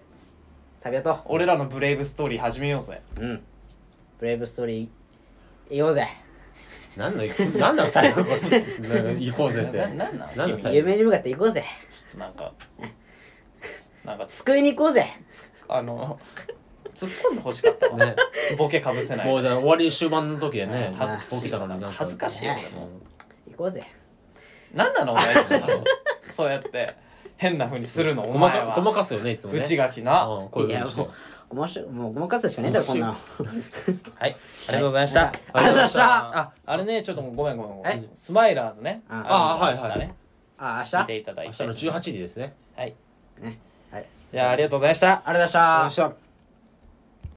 旅だと俺らのブレイブストーリー始めようぜううんブレイブストーリー言おうぜう何の何なの最後これなんか行こうぜってななんなんなんだ君最後夢に向かって行こうぜなん かなんかつ救いに行こうぜあの突っ込んでほしかったわ、ねボケかぶせないもうだから終わり終盤の時でね恥ずかしいボケたのになんか恥ずかしいよ俺もう行こうぜなんなのお前いつもそうやって変なふうにするのんおごま前かはごまかすよねいつもね内が垣な、うんこういうふうにしていやごましもうごまかすしかねえだろこんなのはいありがとうございました、はいありがとうございましたああれねちょっともうごめんごめんごめえんスマイラーズねあありがとうござましたあはいねあ明日見ていただい明て日の18時ですねはいねはいじゃあありがとうございましたありがとうございました日